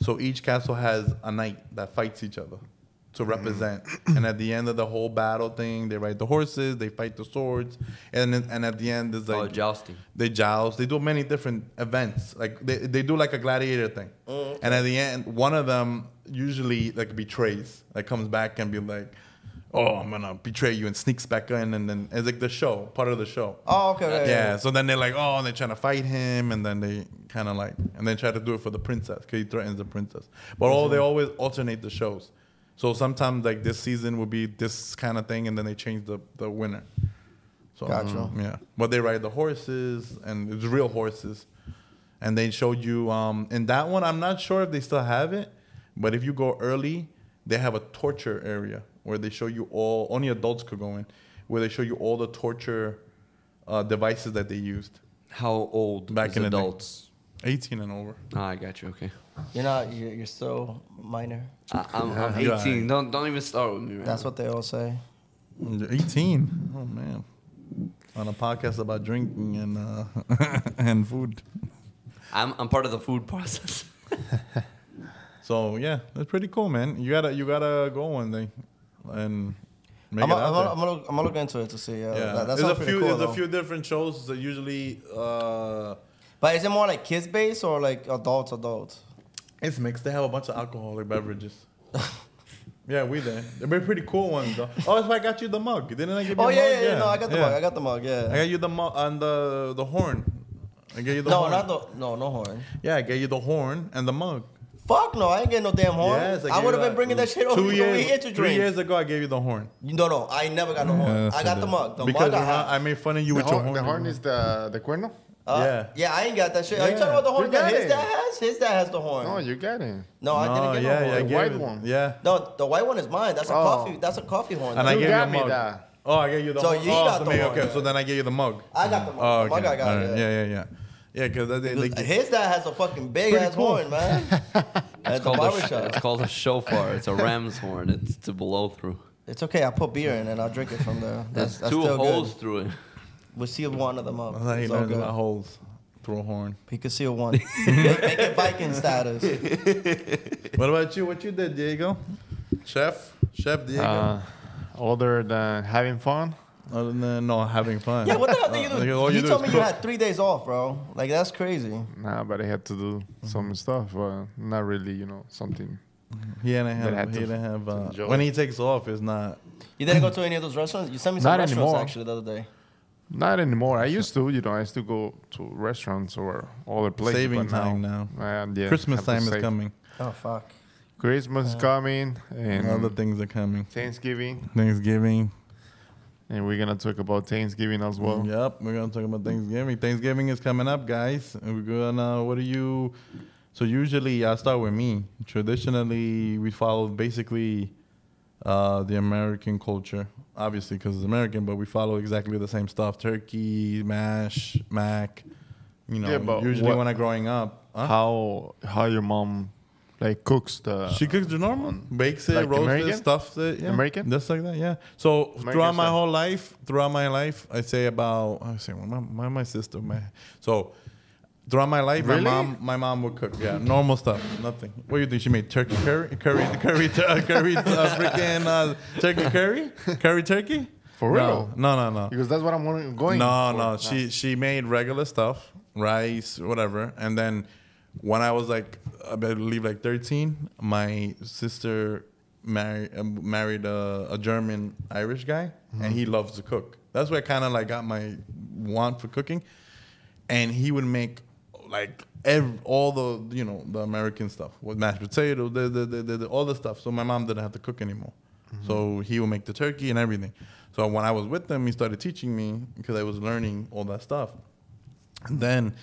Speaker 1: So each castle has a knight that fights each other
Speaker 3: Mm.
Speaker 1: to represent. and at the end of the whole battle thing, they ride the horses, they fight the swords, and then- and at the end there's
Speaker 4: Oh,
Speaker 1: like
Speaker 4: jousting.
Speaker 1: they joust. They do many different events. Like they, they do like a gladiator thing. And at the end, one of them usually like betrays. Like comes back and be like, "Oh, I'm gonna betray you," and sneaks back in. And then it's like the show, part of the show.
Speaker 3: Oh, okay, okay,
Speaker 1: Yeah. So then they're like, "Oh," and they're trying to fight him. And then they kind of like, and then try to do it for the princess because he threatens the princess. But all they always alternate the shows. So sometimes like this season will be this kind of thing, and then they change the the winner. So,
Speaker 3: Gotcha.
Speaker 1: mm, yeah. But they ride the horses, and it's real horses. And they showed you um, in that one. I'm not sure if they still have it, but if you go early, they have a torture area where they show you all. Only adults could go in, where they show you all the torture uh, devices that they used,
Speaker 4: How old
Speaker 1: Back
Speaker 4: is
Speaker 1: in the day.
Speaker 4: adults?
Speaker 1: 18 and over.
Speaker 4: Ah, I got you. Okay.
Speaker 3: You're not. You're, you're still minor.
Speaker 4: I, I'm, I'm
Speaker 1: Yeah.
Speaker 4: 18. Don't don't even start with me. Right
Speaker 3: That's
Speaker 4: now.
Speaker 3: what they all say.
Speaker 1: 18. Oh man. On a podcast about drinking and uh, and food.
Speaker 4: I'm I'm part of the food process.
Speaker 1: So yeah, that's pretty cool, man. You gotta you gotta go one day and make
Speaker 3: I'm
Speaker 1: it
Speaker 3: gonna
Speaker 1: out
Speaker 3: I'm gonna-
Speaker 1: there.
Speaker 3: I'm gonna I'm gonna look into it to see. Yeah,
Speaker 1: yeah,
Speaker 3: That, that
Speaker 1: there's
Speaker 3: sounds
Speaker 1: a
Speaker 3: pretty
Speaker 1: few
Speaker 3: cool.
Speaker 1: there's a
Speaker 3: though.
Speaker 1: few different shows that usually uh,
Speaker 3: But is it more like kids based or like adults adults?
Speaker 1: it's mixed. They have a bunch of alcoholic beverages. yeah, we there. They're pretty cool ones though. Oh, that's why I got you the mug. Didn't I give you?
Speaker 3: Oh
Speaker 1: a
Speaker 3: yeah,
Speaker 1: mug?
Speaker 3: yeah, yeah, no, I got the mug. I got the mug.
Speaker 1: I
Speaker 3: Yeah.
Speaker 1: got you the mug on the the horn. I gave you the
Speaker 3: No,
Speaker 1: horn.
Speaker 3: not the no, no horn.
Speaker 1: yeah, I gave you the horn and the mug.
Speaker 3: Fuck no, I ain't getting no damn horn.
Speaker 1: Yes,
Speaker 3: I
Speaker 1: gave
Speaker 3: would have
Speaker 1: you
Speaker 3: been bringing that shit over
Speaker 1: Two
Speaker 3: over
Speaker 1: years,
Speaker 3: here to
Speaker 1: Three
Speaker 3: drink.
Speaker 1: years ago, I gave you the horn.
Speaker 3: No, no, I ain't never got no horn.
Speaker 1: Yes,
Speaker 3: I got
Speaker 1: did.
Speaker 3: the mug. The
Speaker 1: Uh, because
Speaker 3: mug I
Speaker 1: remember,
Speaker 3: have.
Speaker 1: I made fun of you
Speaker 2: The
Speaker 1: with your
Speaker 2: horn,
Speaker 1: horn.
Speaker 2: the horn is the the cuerno.
Speaker 3: Uh,
Speaker 1: Yeah.
Speaker 3: yeah, I ain't got that shit. Are you
Speaker 1: Yeah.
Speaker 3: talking about the horn
Speaker 2: You
Speaker 3: that
Speaker 2: got
Speaker 3: his
Speaker 2: it.
Speaker 3: dad has? His dad has the horn.
Speaker 2: No,
Speaker 3: No,
Speaker 2: you got it.
Speaker 3: I
Speaker 1: No, yeah,
Speaker 3: didn't get no
Speaker 1: yeah, I
Speaker 3: horn.
Speaker 1: gave
Speaker 2: white
Speaker 1: it-
Speaker 2: one.
Speaker 1: Yeah.
Speaker 3: No, the white one is mine. That's a
Speaker 2: Oh.
Speaker 3: coffee. That's a coffee horn.
Speaker 1: And I
Speaker 2: You
Speaker 1: gave
Speaker 2: got
Speaker 1: you the
Speaker 2: me
Speaker 1: mug.
Speaker 2: that.
Speaker 1: Oh, I gave you the
Speaker 3: So
Speaker 1: mug.
Speaker 3: you
Speaker 1: oh,
Speaker 3: got
Speaker 1: so
Speaker 3: the
Speaker 1: maybe-
Speaker 3: mug.
Speaker 1: Okay, so then I gave you the mug.
Speaker 3: I got the mug.
Speaker 1: Oh,
Speaker 3: The mug I got,
Speaker 1: All right.
Speaker 3: yeah.
Speaker 1: Yeah, yeah, yeah. Yeah, because they, they,
Speaker 3: His- his dad has a fucking big
Speaker 1: Pretty
Speaker 3: ass
Speaker 1: cool.
Speaker 3: horn, man. At
Speaker 4: It's
Speaker 3: the
Speaker 4: called a, sh-
Speaker 3: barbershop.
Speaker 4: it's called a shofar. It's a ram's horn. It's to blow through.
Speaker 3: It's okay. I put beer in and I'll drink it from there. That's,
Speaker 4: There's
Speaker 3: that's
Speaker 4: two
Speaker 3: still
Speaker 4: holes
Speaker 3: good.
Speaker 4: through it.
Speaker 3: We'll seal one of them up.
Speaker 1: that's how he
Speaker 3: It's all
Speaker 1: learns about
Speaker 3: good.
Speaker 1: holes through a horn.
Speaker 3: He can seal one. make, make it Viking status.
Speaker 1: what about you? What you did, Diego? Chef, Chef Diego.
Speaker 2: Uh, other than having fun,
Speaker 1: Other than no having fun.
Speaker 3: Yeah, what the hell do you
Speaker 1: Uh, like,
Speaker 3: do?
Speaker 1: all
Speaker 3: He
Speaker 1: do
Speaker 3: told
Speaker 1: is
Speaker 3: me you
Speaker 1: cook.
Speaker 3: had three days off, bro. Like that's crazy.
Speaker 2: nah, but I had to do
Speaker 1: Mm-hmm.
Speaker 2: some stuff, but not really, you know, something.
Speaker 1: He didn't
Speaker 2: That
Speaker 1: have.
Speaker 2: had
Speaker 1: He
Speaker 2: to-
Speaker 1: didn't have.
Speaker 2: to
Speaker 1: Uh,
Speaker 2: enjoy
Speaker 1: when
Speaker 2: it.
Speaker 1: he takes off, it's not.
Speaker 3: You didn't go to any of those restaurants? You sent me some
Speaker 2: Not
Speaker 3: restaurants
Speaker 2: anymore.
Speaker 3: actually the other day.
Speaker 2: Not anymore. I used to, you know, I used to go to restaurants or other places.
Speaker 1: Saving
Speaker 2: but
Speaker 1: time
Speaker 2: Uh, yeah,
Speaker 1: Christmas
Speaker 2: have to
Speaker 1: time is
Speaker 2: save.
Speaker 1: coming.
Speaker 3: Oh fuck.
Speaker 2: Christmas is coming, and
Speaker 1: Other things are coming.
Speaker 2: Thanksgiving,
Speaker 1: Thanksgiving.
Speaker 2: and we're gonna talk about Thanksgiving
Speaker 1: Mm,
Speaker 2: as well.
Speaker 1: Yep, we're gonna talk about Thanksgiving. Thanksgiving is coming up, guys. And We're gonna. What do you? So usually I start with me. Traditionally, we follow basically uh, the American culture, obviously because it's American, but we follow exactly the same stuff: turkey, mash, mac. You know,
Speaker 2: Yeah, but
Speaker 1: usually
Speaker 2: what-
Speaker 1: when I growing up, uh-huh. huh?
Speaker 2: How how your mom like cooks the
Speaker 1: She cooks the normal, bakes it,
Speaker 2: like
Speaker 1: roasts it,
Speaker 2: American?
Speaker 1: stuffs it. Yeah.
Speaker 2: American?
Speaker 1: just like that. Yeah. So
Speaker 2: American
Speaker 1: throughout my
Speaker 2: style.
Speaker 1: whole life, throughout my life, I say about I say well, my my, my sister, my so throughout my life,
Speaker 2: Really?
Speaker 1: my mom my mom would cook. Yeah, normal stuff, nothing. What do you think she made? Turkey curry, curry, curry, tur- uh, curry, uh, freaking uh, turkey curry, curry turkey.
Speaker 2: For real?
Speaker 1: No, no, no. no.
Speaker 2: because that's what I'm wondering- going.
Speaker 1: No,
Speaker 2: for.
Speaker 1: no. She she made regular stuff, rice, whatever. And then when I was like, I believe like 13, my sister married married a, a German Irish guy,
Speaker 2: Mm-hmm.
Speaker 1: and he loves to cook. That's where I kind of like got my want for cooking, and he would make like ev- all the you know the American stuff with mashed potato, the, the, the, the, the- all the stuff. So my mom didn't have to cook anymore. So he would make the turkey and everything. So when I was with him, he started teaching me because I was learning all that stuff. And then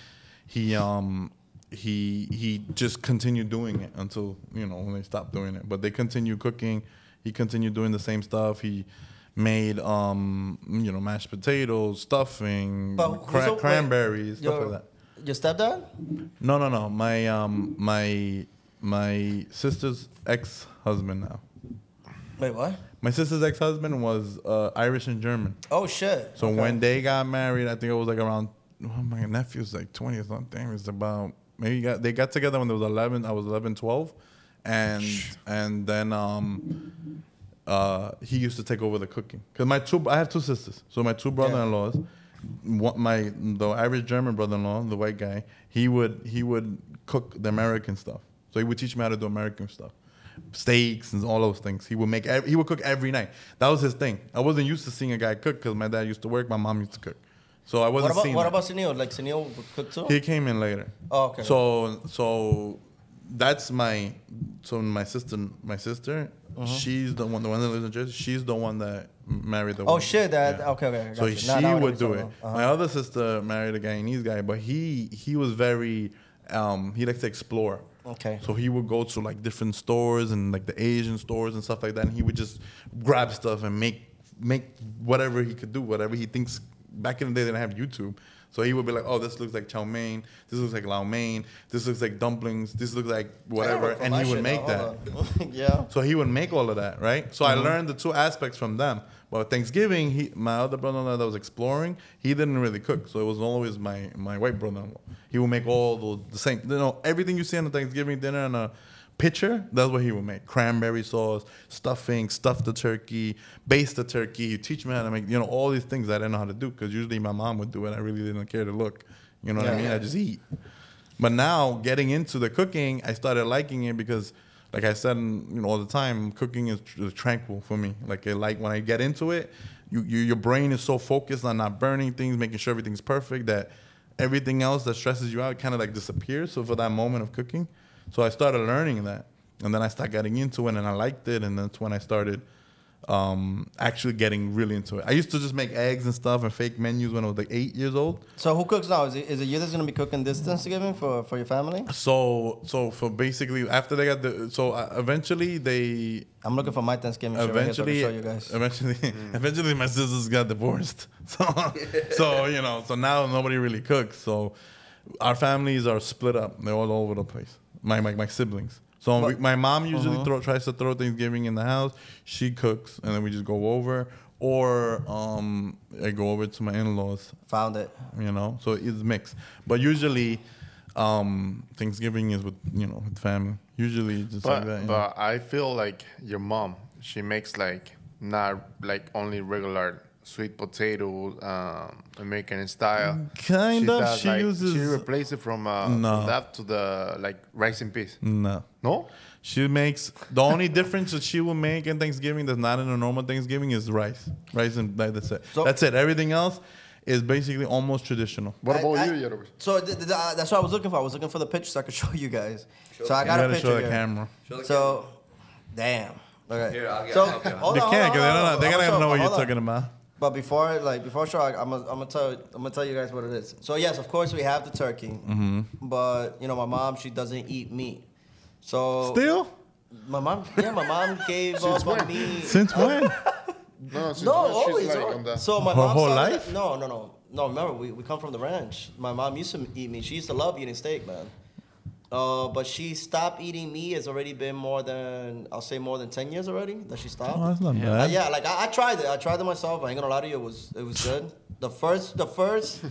Speaker 1: he um he he just continued doing it until you know when they stopped doing it. But they continued cooking. He continued doing the same stuff. He made um you know mashed potatoes, stuffing,
Speaker 3: But
Speaker 1: cra-
Speaker 3: who's- wait,
Speaker 1: cranberries, stuff
Speaker 3: your-
Speaker 1: like that.
Speaker 3: Your stepdad?
Speaker 1: No, no, no. My um my my sister's ex husband now.
Speaker 3: Wait, what?
Speaker 1: My sister's ex husband was uh, Irish and German.
Speaker 3: Oh shit.
Speaker 1: So
Speaker 3: Okay.
Speaker 1: when they got married, I think it was like around well, my nephew's like 20 or something. It was about maybe he got, they got together when they was 11. I was 11, 12, and and then um uh he used to take over the cooking because my two I have two sisters. So my two brother-in-laws, one- my the average German brother-in-law, the white guy, he would he would cook the American stuff. So he would teach me how to do American stuff steaks and all those things. He would make ev- he would cook every night. That was his thing. I wasn't used to seeing a guy cook because my dad used to work, my mom used to cook, so I
Speaker 3: what
Speaker 1: wasn't
Speaker 3: about
Speaker 1: seeing.
Speaker 3: what
Speaker 1: that.
Speaker 3: about Sunil? Like Sunil would cook too?
Speaker 1: He came in later.
Speaker 3: Oh, okay.
Speaker 1: So so that's my so my sister my sister
Speaker 3: Uh-huh.
Speaker 1: she's the one the one that lives in Jersey. She's the one that married the.
Speaker 3: oh
Speaker 1: one-
Speaker 3: shit, that
Speaker 1: yeah.
Speaker 3: okay, okay. I
Speaker 1: So
Speaker 3: gotcha.
Speaker 1: she
Speaker 3: Now- now I know
Speaker 1: would
Speaker 3: what you're
Speaker 1: do it.
Speaker 3: talking about. Uh-huh.
Speaker 1: My other sister married a Guyanese guy, but he he was very um, he liked to explore.
Speaker 3: Okay.
Speaker 1: So he would go to like different stores and like the Asian stores and stuff like that, and he would just grab stuff and make make whatever he could do, whatever he thinks. Back in the day, they didn't have YouTube, so he would be like, "Oh, this looks like chow mein. This looks like lao mein. This looks like dumplings. This looks like whatever," and he would make that.
Speaker 3: that. yeah.
Speaker 1: So he would make all of that, right? So I learned the two aspects from them. But Thanksgiving, he, my other brother-in-law that was exploring, he didn't really cook, so it was always my my white brother-in-law. He would make all the, the same, you know, everything you see on a Thanksgiving dinner and a pitcher. That's what he would make: cranberry sauce, stuffing, stuff the turkey, baste the turkey. You teach me how to make, you know, all these things I didn't know how to do because usually my mom would do it. I really didn't care to look. You know what I
Speaker 3: Yeah.
Speaker 1: mean? I just eat. But now getting into the cooking, I started liking it because, like I said, you know, all the time, cooking is tr- tranquil for me. Like, I like when I get into it, you, you your brain is so focused on not burning things, making sure everything's perfect that everything else that stresses you out kind of like disappears. So for that moment of cooking, so I started learning that, and then I started getting into it, and I liked it, and that's when I started um actually getting really into it i used to just make eggs and stuff and fake menus when i was like eight years old
Speaker 3: So who cooks now? Is it, is it you that's gonna be cooking this Thanksgiving for, for your family?
Speaker 1: So so for basically after they got the so uh, eventually they
Speaker 3: I'm looking for my Thanksgiving shit right here so I can
Speaker 1: eventually
Speaker 3: show you guys. Mm.
Speaker 1: eventually eventually my sisters got divorced. So so you know so now nobody really cooks. So our families are split up. They're all over the place. My my, my siblings. So we, my mom usually
Speaker 3: uh-huh.
Speaker 1: throw, tries to throw Thanksgiving in the house. She cooks and then we just go over or um I go over to my in-laws
Speaker 3: Found it.
Speaker 1: you know so it's mixed but usually um thanksgiving is with you know with family usually it's just
Speaker 2: But,
Speaker 1: like that you know.
Speaker 2: but I feel like your mom, she makes like not like only regular sweet potato um, American style.
Speaker 1: Kind of, she uses-
Speaker 2: She replaced it from uh,
Speaker 1: No.
Speaker 2: from that to the like rice in peace.
Speaker 1: no
Speaker 2: No,
Speaker 1: she makes the only difference that she will make in thanksgiving that's not in a normal thanksgiving is rice rice and like, that's it
Speaker 3: So-
Speaker 1: that's it everything else is basically almost traditional
Speaker 2: what
Speaker 3: I-
Speaker 2: about
Speaker 3: I-
Speaker 2: you, Yorubas?
Speaker 3: So th- th- uh, that's what I was looking for. I was looking for the picture so I could show you guys. so I
Speaker 1: you
Speaker 3: got a
Speaker 1: gotta
Speaker 3: picture
Speaker 1: show the
Speaker 3: here.
Speaker 1: camera
Speaker 4: Show the
Speaker 3: So, damn. Okay.
Speaker 4: Here, I'll get-
Speaker 3: so,
Speaker 4: I'll get-
Speaker 3: hold
Speaker 1: they
Speaker 3: on,
Speaker 1: can't because they
Speaker 3: hold
Speaker 1: don't
Speaker 3: on, hold
Speaker 1: know
Speaker 3: on,
Speaker 1: they
Speaker 3: hold
Speaker 1: gotta
Speaker 3: on,
Speaker 1: know what you're
Speaker 3: hold on.
Speaker 1: talking about
Speaker 3: But before, like before show, I, I'm gonna I'm gonna tell I'm gonna tell you guys what it is. So yes, of course we have the turkey,
Speaker 1: Mm-hmm.
Speaker 3: but you know my mom she doesn't eat meat. So
Speaker 1: still
Speaker 3: my mom, yeah, my mom gave up on meat.
Speaker 1: since when
Speaker 2: No, since
Speaker 3: no,
Speaker 2: when she's,
Speaker 3: always. oh.
Speaker 2: like,
Speaker 3: always.
Speaker 2: on the-
Speaker 3: So my
Speaker 1: Her
Speaker 3: mom
Speaker 1: whole
Speaker 3: started-
Speaker 1: life?
Speaker 3: No, no, no, no. Remember, we, we come from the ranch. My mom used to eat meat. She used to love eating steak, man. Uh, but she stopped eating meat. It's already been more than I'll say more than ten years already that she stopped.
Speaker 1: oh that's not
Speaker 3: Uh,
Speaker 1: bad
Speaker 3: yeah, like I, I tried it. I tried it myself. I ain't gonna lie to you. It was it was good. The first, the first.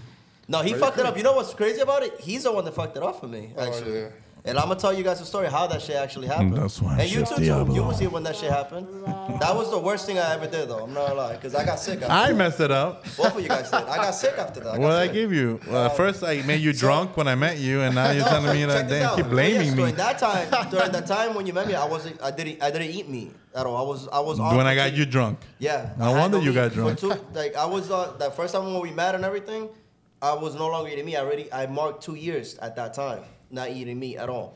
Speaker 3: No, he fucked it up. You know what's crazy about it? He's the one that fucked it up for me,
Speaker 1: Oh,
Speaker 3: actually.
Speaker 2: yeah.
Speaker 3: And I'm gonna tell you guys a story how that shit actually happened.
Speaker 1: Mm, That's why I
Speaker 3: And you
Speaker 1: said
Speaker 3: too, too. You
Speaker 1: Diablo.
Speaker 3: was here when that shit happened. That was the worst thing I ever did, though. I'm not gonna lie, because I got sick. After
Speaker 1: I
Speaker 3: that.
Speaker 1: messed it up.
Speaker 3: Both of you guys did. I got sick after that. I um, got
Speaker 1: What I
Speaker 3: sick.
Speaker 1: give you? Well, first I made you drunk when I met you, and now you're
Speaker 3: No,
Speaker 1: telling me
Speaker 3: check
Speaker 1: that
Speaker 3: this
Speaker 1: they
Speaker 3: out.
Speaker 1: keep
Speaker 3: So
Speaker 1: blaming me.
Speaker 3: yes, During that time, during that time when you met me, I wasn't. I didn't. I didn't eat meat. at all. I was I was on
Speaker 1: When
Speaker 3: for
Speaker 1: I got
Speaker 3: two-
Speaker 1: you drunk.
Speaker 3: Yeah.
Speaker 1: No
Speaker 3: I had
Speaker 1: wonder you got
Speaker 3: weed
Speaker 1: drunk.
Speaker 3: for two- like I was uh, that first time when we met and everything, I was no longer eating meat. I already I marked two years at that time, not eating meat at all.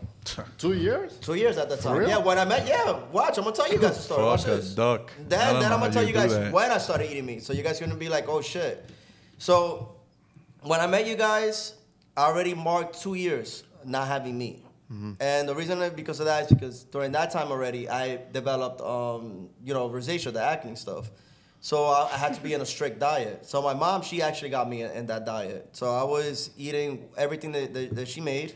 Speaker 2: Two years?
Speaker 3: Two years at that time.
Speaker 2: real?
Speaker 3: Yeah, when I met, yeah, watch. I'm gonna tell you guys the story. Watch
Speaker 1: Fuck a
Speaker 3: this.
Speaker 1: duck.
Speaker 3: Then,
Speaker 1: I don't
Speaker 3: then
Speaker 1: know how
Speaker 3: I'm gonna tell
Speaker 1: you
Speaker 3: you
Speaker 1: do
Speaker 3: guys
Speaker 1: that.
Speaker 3: when I started eating meat. So you guys gonna be like, oh shit. So when I met you guys, I already marked two years not having meat.
Speaker 1: Mm-hmm.
Speaker 3: And the reason that- because of that is because during that time already, I developed, um, you know, rosacea, the acne stuff. So I, I had to be in a strict diet. So my mom, she actually got me in, in that diet. So I was eating everything that, that, that she made.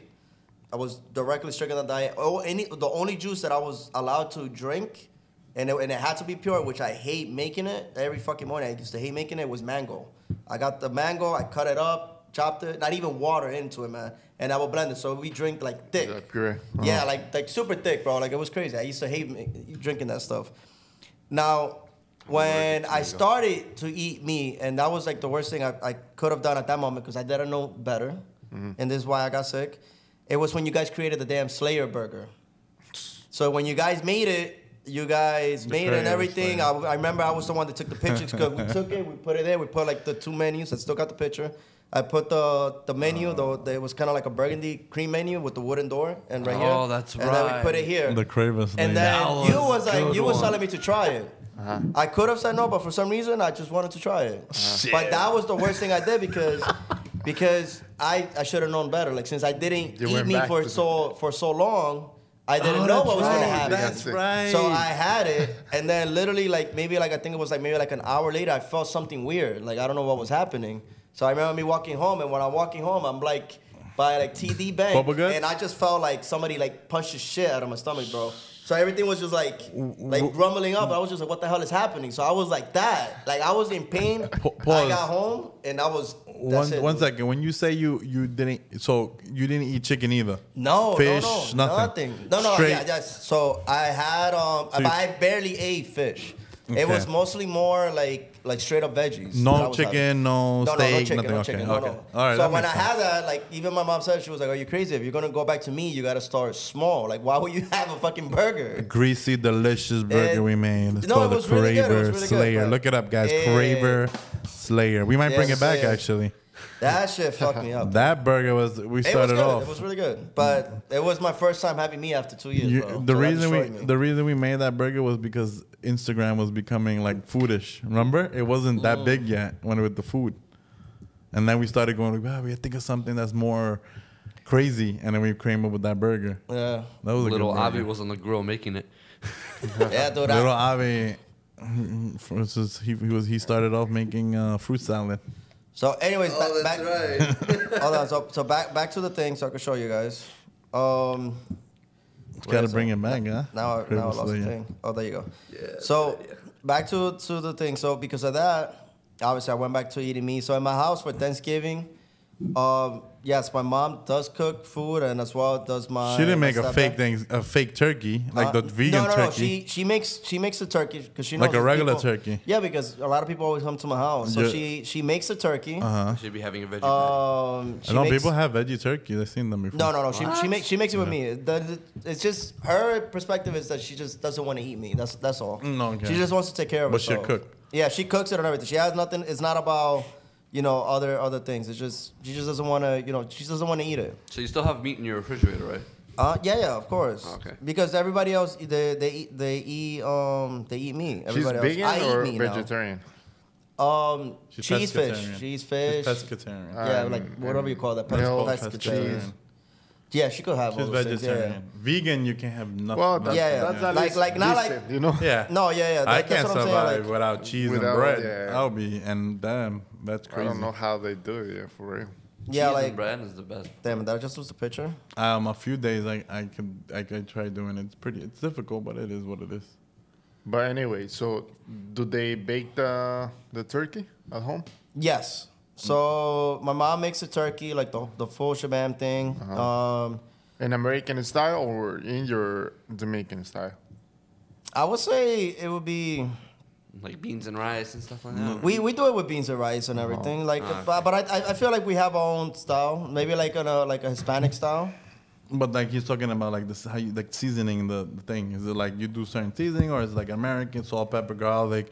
Speaker 3: I was directly stricken on diet. Oh, any the only juice that I was allowed to drink, and it, and it had to be pure, which I hate making it every fucking morning. I used to hate making it was mango. I got the mango, I cut it up, chopped it, not even water into it, man, and I would blend it. So we drink like thick.
Speaker 2: Like puree.
Speaker 3: Yeah,
Speaker 2: Uh-huh.
Speaker 3: like like super thick, bro. Like it was crazy. I used to hate ma- drinking that stuff. Now, when I started to eat meat, and that was like the worst thing I, I could have done at that moment because I didn't know better,
Speaker 4: Mm-hmm.
Speaker 3: and this is why I got sick. It was when you guys created the damn Slayer burger. So when you guys made it, you guys made it and
Speaker 1: Slayer,
Speaker 3: everything. I,
Speaker 1: Slayer.
Speaker 3: I remember I was the one that took the pictures because we took it, we put it there, we put like the two menus. I still got the picture. I put the the
Speaker 4: Oh.
Speaker 3: menu though. It was kind of like a burgundy cream menu with the wooden door and right here.
Speaker 4: Oh, that's
Speaker 3: And then we put it
Speaker 4: right.
Speaker 3: here.
Speaker 1: The Cravis. lady.
Speaker 3: And then
Speaker 4: That
Speaker 3: you
Speaker 4: was
Speaker 3: was like,
Speaker 4: good
Speaker 3: you was
Speaker 4: one.
Speaker 3: telling me to try it.
Speaker 2: Uh-huh.
Speaker 3: I could have said no, but for some reason I just wanted to try it. But that was the worst thing I did because because I, I should have known better. Like since I didn't
Speaker 2: You
Speaker 3: eat
Speaker 2: went
Speaker 3: me
Speaker 2: back
Speaker 3: for
Speaker 2: to the-
Speaker 3: so for so long, I didn't
Speaker 1: Oh,
Speaker 3: know
Speaker 1: that's
Speaker 3: what was gonna
Speaker 1: right,
Speaker 3: happen.
Speaker 1: That's
Speaker 2: Yeah.
Speaker 1: right.
Speaker 3: So I had it, and then literally like maybe like I think it was like maybe like an hour later, I felt something weird. Like I don't know what was happening. So I remember me walking home, and when I'm walking home, I'm like by like TD Bank,
Speaker 1: Bubble guts?
Speaker 3: and I just felt like somebody like punched the shit out of my stomach, bro. So everything was just like like
Speaker 1: w-
Speaker 3: rumbling up. I was just like, what the hell is happening? So I was like that. Like I was in pain. I
Speaker 1: pause.
Speaker 3: got home, and I was that's
Speaker 1: One,
Speaker 3: it,
Speaker 1: one
Speaker 3: dude.
Speaker 1: second. When you say you you didn't, so you didn't eat chicken either.
Speaker 3: No,
Speaker 1: fish,
Speaker 3: no, no,
Speaker 1: nothing.
Speaker 3: No, no,
Speaker 1: Straight.
Speaker 3: yeah, yes. So I had um,
Speaker 1: So you-
Speaker 3: but I barely ate fish.
Speaker 1: Okay.
Speaker 3: It was mostly more like like straight up veggies. that I
Speaker 1: No
Speaker 3: was
Speaker 1: chicken,
Speaker 3: having.
Speaker 1: no,
Speaker 3: No,
Speaker 1: steak,
Speaker 3: no, no chicken,
Speaker 1: nothing.
Speaker 3: no
Speaker 1: okay,
Speaker 3: chicken,
Speaker 1: okay.
Speaker 3: no, no.
Speaker 1: All right.
Speaker 3: so
Speaker 1: that
Speaker 3: when I
Speaker 1: makes
Speaker 3: had
Speaker 1: sense.
Speaker 3: that, like, even my mom said, she was like, "Are you crazy? If you're gonna go back to me, you gotta start small. Like, why would you have a fucking burger?"
Speaker 1: greasy, delicious burger
Speaker 3: And-
Speaker 1: we made. It's
Speaker 3: No, it
Speaker 1: called
Speaker 3: was
Speaker 1: the Craver
Speaker 3: really good, it was really good,
Speaker 1: Slayer.
Speaker 3: but-
Speaker 1: Look it up, guys.
Speaker 3: Yeah.
Speaker 1: Craver Slayer. We might bring
Speaker 3: Yes,
Speaker 1: it back
Speaker 3: yeah.
Speaker 1: actually.
Speaker 3: That shit fucked me up.
Speaker 1: That burger was we
Speaker 3: it was
Speaker 1: started
Speaker 3: good.
Speaker 1: off.
Speaker 3: It was really good, but it was my first time having me after two years.
Speaker 1: You-
Speaker 3: bro.
Speaker 1: the
Speaker 3: So that
Speaker 1: reason we
Speaker 3: destroyed me.
Speaker 1: the reason we made that burger was because Instagram was becoming like foodish. Remember, it wasn't that
Speaker 3: Mm.
Speaker 1: big yet when with the food, and then we started going like, wow, we gotta think of something that's more crazy, and then we came up with that burger.
Speaker 3: yeah,
Speaker 1: That was a
Speaker 4: Little
Speaker 1: good burger.
Speaker 4: Avi was on the grill making it.
Speaker 3: yeah, dude. I-
Speaker 1: Little Avi, for instance, he, he was he started off making uh, fruit salad.
Speaker 3: So, anyways,
Speaker 4: Oh,
Speaker 3: back,
Speaker 4: that's
Speaker 3: back, right. hold on. So, so back back to the thing, so I can show you guys. Um, where
Speaker 1: gotta
Speaker 3: is
Speaker 1: bring it back, huh?
Speaker 3: Now, I-
Speaker 1: Crazy
Speaker 3: now I lost the
Speaker 1: Slayer.
Speaker 3: thing. Oh, there you go. so, back to to the thing. So, because of that, obviously, I went back to eating meat. So, in my house for Thanksgiving, um, yes, my mom does cook food, and as well does my.
Speaker 1: She didn't
Speaker 3: my
Speaker 1: make a
Speaker 3: stepdad.
Speaker 1: fake thing, a fake turkey like
Speaker 3: Uh,
Speaker 1: the vegan
Speaker 3: no, no, No,
Speaker 1: turkey.
Speaker 3: she she makes she makes the turkey because she knows
Speaker 1: Like a
Speaker 3: that
Speaker 1: regular
Speaker 3: people-
Speaker 1: turkey.
Speaker 3: Yeah, because a lot of people always come to my house, so
Speaker 1: Yeah.
Speaker 3: she she makes the turkey. Uh-huh.
Speaker 4: Should be having a veggie.
Speaker 3: Um, she
Speaker 1: I know
Speaker 3: makes-
Speaker 1: people have veggie turkey. I've seen them before.
Speaker 3: no, no, no. She, she makes she makes it with me. The- the- it's just her perspective is that she just doesn't want to eat me. That's that's all.
Speaker 1: Mm, okay.
Speaker 3: She just wants to take care of
Speaker 1: But she'll
Speaker 3: herself.
Speaker 1: cook.
Speaker 3: Yeah, she cooks it and everything. She has nothing. It's not about you know other other things. It's just she just doesn't want to you know she doesn't want to eat it.
Speaker 4: so you still have meat in your refrigerator, right?
Speaker 3: Uh, yeah, yeah, of course.
Speaker 4: Oh, Okay.
Speaker 3: Because everybody else they they eat, they eat um they eat meat.
Speaker 2: She's
Speaker 3: Everybody
Speaker 2: vegan
Speaker 3: else. I
Speaker 2: or
Speaker 3: eat meat
Speaker 2: vegetarian?
Speaker 3: Now. Um,
Speaker 1: She's
Speaker 3: cheese fish,
Speaker 1: pescatarian.
Speaker 3: cheese fish.
Speaker 1: She's pescatarian.
Speaker 3: yeah,
Speaker 2: Um,
Speaker 3: like whatever you call that. Pes-
Speaker 2: milk,
Speaker 3: pescatarian.
Speaker 2: cheese.
Speaker 3: Yeah, she could have
Speaker 1: She's
Speaker 3: all those things, yeah,
Speaker 1: vegetarian.
Speaker 3: yeah.
Speaker 1: Vegan, you can have nothing.
Speaker 2: Well, that's,
Speaker 3: Yeah, yeah.
Speaker 2: that's at
Speaker 3: Like-
Speaker 2: least
Speaker 3: like, not like-
Speaker 2: decent, you know.
Speaker 1: yeah.
Speaker 3: No, yeah, yeah,
Speaker 1: I
Speaker 3: that- that's
Speaker 1: can't
Speaker 3: what I'm
Speaker 1: survive
Speaker 3: saying, like-
Speaker 1: without cheese
Speaker 2: Without-
Speaker 1: and bread.
Speaker 2: yeah.
Speaker 1: I'll be and damn, that's
Speaker 2: I
Speaker 1: crazy.
Speaker 2: don't know how they do it. Yeah, for real.
Speaker 3: Yeah,
Speaker 4: Cheese and
Speaker 3: like
Speaker 4: bread is the best.
Speaker 3: damn, that just was the picture.
Speaker 1: Um, a few days I I could I could try doing it. It's pretty. It's difficult, but it is what it is.
Speaker 2: But anyway, so do they bake the the turkey at home?
Speaker 3: Yes. So my mom makes a turkey, like the the full shebam thing. Um,
Speaker 2: In American style or in your Jamaican style?
Speaker 3: I would say it would be
Speaker 4: Like beans and rice and stuff like that.
Speaker 3: we, we do it with beans and rice and everything. Like,
Speaker 4: Ah,
Speaker 3: but, but I I- I feel like we have our own style. Maybe like on a like a Hispanic style.
Speaker 1: But like he's talking about like this how you like seasoning the, the thing. Is it like you do certain seasoning or is it like American salt, pepper, garlic,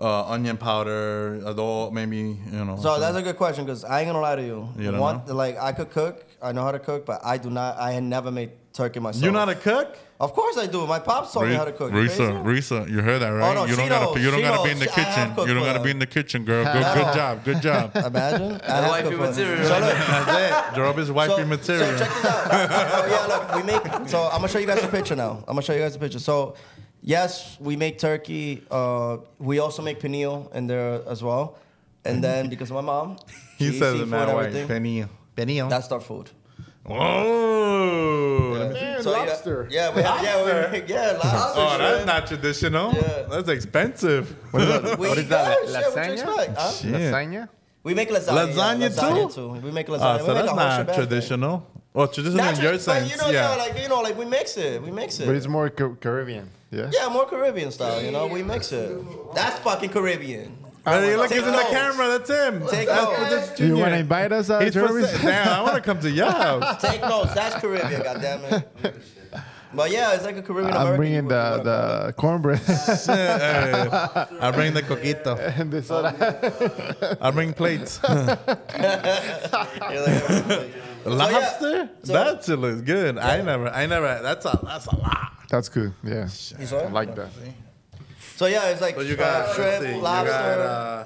Speaker 1: uh, onion powder, adult maybe, you know.
Speaker 3: So that's a good question because I ain't gonna lie to you.
Speaker 1: You don't
Speaker 3: One,
Speaker 1: know?
Speaker 3: like I could cook, I know how to cook, but I do not. I had never made turkey myself.
Speaker 1: You're not a cook?
Speaker 3: Of course I do. My pops taught me how to cook. You crazy?
Speaker 5: Risa, Risa, you heard that right?
Speaker 3: no,
Speaker 5: you
Speaker 3: she
Speaker 5: don't gotta,
Speaker 3: knows,
Speaker 5: you don't
Speaker 3: she
Speaker 5: gotta be
Speaker 3: knows.
Speaker 5: in the
Speaker 3: She- I have
Speaker 5: kitchen.
Speaker 3: cooked
Speaker 5: You don't
Speaker 3: for
Speaker 5: gotta be
Speaker 3: her.
Speaker 5: in the kitchen, girl. Good,
Speaker 3: I
Speaker 5: good
Speaker 3: know.
Speaker 5: job, good job.
Speaker 3: Imagine. I have
Speaker 4: Wifey
Speaker 3: cooked for-
Speaker 4: material.
Speaker 3: So look,
Speaker 1: That's it. Drop is wifey material.
Speaker 3: So check this out. so Oh, yeah, look, we make. So I'm gonna show you guys a picture now. I'm gonna show you guys a picture. So, yes, we make turkey. Uh, we also make penne in there as well. And then because my mom,
Speaker 1: he
Speaker 3: she eats
Speaker 1: says it
Speaker 3: seafood
Speaker 1: that
Speaker 3: and
Speaker 1: way. Penny. Penny.
Speaker 3: That's our food.
Speaker 1: Whoa. Let me see.
Speaker 2: Man,
Speaker 3: So yeah-
Speaker 2: lobster.
Speaker 3: Yeah, we have, yeah, we make, yeah, lobster.
Speaker 1: Oh, that's not traditional.
Speaker 3: Yeah.
Speaker 1: That's expensive.
Speaker 3: we,
Speaker 2: what is that,
Speaker 3: yeah,
Speaker 2: la-
Speaker 3: shit, what
Speaker 2: lasagna?
Speaker 3: you expect, huh?
Speaker 1: Shit.
Speaker 2: Lasagna?
Speaker 3: We make lasagna. yeah,
Speaker 1: Lasagna
Speaker 3: lasagna
Speaker 1: too?
Speaker 3: We make lasagna.
Speaker 1: Ah,
Speaker 3: we
Speaker 1: so
Speaker 3: make a
Speaker 1: that's
Speaker 3: whole
Speaker 1: not
Speaker 3: shebang.
Speaker 1: traditional. Well, traditional
Speaker 3: Not
Speaker 1: in
Speaker 3: tra-
Speaker 1: your sense,
Speaker 3: but you know,
Speaker 1: yeah.
Speaker 3: like you know, like we mix it. We mix it.
Speaker 2: But it's more Ca- Caribbean. Yeah.
Speaker 3: Yeah, more Caribbean style, you know. We mix it. That's fucking Caribbean.
Speaker 1: But hey, look,
Speaker 3: Take
Speaker 1: he's in the
Speaker 3: notes.
Speaker 1: camera. That's him.
Speaker 3: Take
Speaker 1: That's-
Speaker 3: notes.
Speaker 1: that's
Speaker 2: Do you
Speaker 1: Junior.
Speaker 2: want to invite us uh, out,
Speaker 1: He's supposed
Speaker 2: Jervis?
Speaker 1: to, damn, I want to come to your house.
Speaker 3: Take notes. That's Caribbean, goddammit. But yeah, it's like a Caribbean
Speaker 2: I'm
Speaker 3: American.
Speaker 2: bringing the, the cornbread
Speaker 1: I bring the coquito.
Speaker 2: and the soda.
Speaker 1: I bring plates.
Speaker 3: You're like-
Speaker 1: Lobster?
Speaker 3: so-
Speaker 1: that shit looks good. I never, I never. That's a, that's a lot.
Speaker 2: That's good. Yeah.
Speaker 3: He's
Speaker 2: I
Speaker 3: right.
Speaker 2: like that.
Speaker 3: So yeah, it's like
Speaker 1: So you
Speaker 3: uh,
Speaker 1: got- let's
Speaker 3: shrimp,
Speaker 1: see, you
Speaker 3: lobster,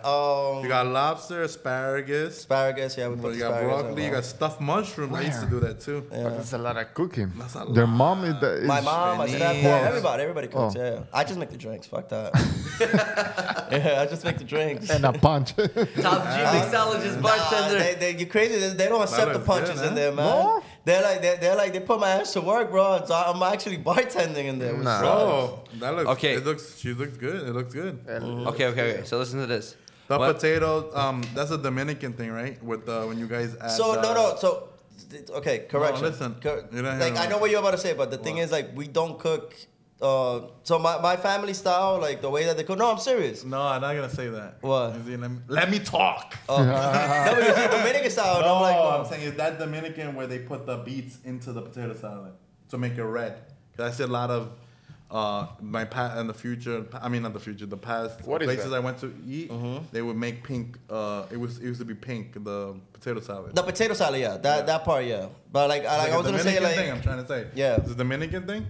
Speaker 1: got,
Speaker 3: um,
Speaker 1: You got lobster, asparagus.
Speaker 3: asparagus. Yeah, we put
Speaker 1: You got
Speaker 3: asparagus in
Speaker 1: broccoli. You
Speaker 3: there.
Speaker 1: got stuffed mushroom. I used to do that too.
Speaker 2: But That's a lot of cooking.
Speaker 1: a
Speaker 2: Their mom is. The, is
Speaker 3: My mom, my stepdad,
Speaker 2: Well,
Speaker 3: everybody, everybody cooks.
Speaker 2: Oh.
Speaker 3: Yeah, I just make the drinks. Fuck that. yeah, I just make the drinks.
Speaker 2: And a punch.
Speaker 4: Top G mixologist bartender.
Speaker 3: Uh, Nah, they, they, you crazy? They, they don't accept the
Speaker 1: looks
Speaker 3: punches
Speaker 1: good,
Speaker 3: in there, man.
Speaker 2: No?
Speaker 3: They're like they're, they're like they put my ass to work, bro. So I'm actually bartending in there. which
Speaker 2: Nah.
Speaker 3: sucks.
Speaker 1: Oh, that looks
Speaker 4: Okay.
Speaker 1: It looks. She looks good. It looks good.
Speaker 4: Okay, okay, okay. So listen to this.
Speaker 1: The
Speaker 4: What-
Speaker 1: potato. Um, that's a Dominican thing, right? With uh, when you guys add.
Speaker 3: So
Speaker 1: uh,
Speaker 3: no, no. So th- okay, correction.
Speaker 1: listen,
Speaker 3: Cor-
Speaker 1: you don't hear
Speaker 3: like
Speaker 1: me.
Speaker 3: I know what you're about to say, but the thing
Speaker 1: What?
Speaker 3: is, like we don't cook. Uh, so my, my family style, like the way that they cook. No, I'm serious.
Speaker 1: No, I'm not gonna say that.
Speaker 3: What?
Speaker 1: You see, let, me, let me talk.
Speaker 3: no, but you see Dominican style. and
Speaker 1: Oh, no,
Speaker 3: I'm like, no.
Speaker 1: I'm saying is that Dominican where they put the beets into the potato salad to make it red. Cause I see a lot of uh, my past and the future. I mean, not the future. The past
Speaker 2: What is
Speaker 1: places
Speaker 2: that?
Speaker 1: I went to eat, they would make pink. Uh, it was it used to be pink the potato salad.
Speaker 3: the potato salad. Yeah, that that part. Yeah, but like I, like,
Speaker 1: It's
Speaker 3: I
Speaker 1: a
Speaker 3: was gonna say
Speaker 1: Dominican
Speaker 3: like.
Speaker 1: thing, I'm trying to say.
Speaker 3: Yeah.
Speaker 1: It's a Dominican thing?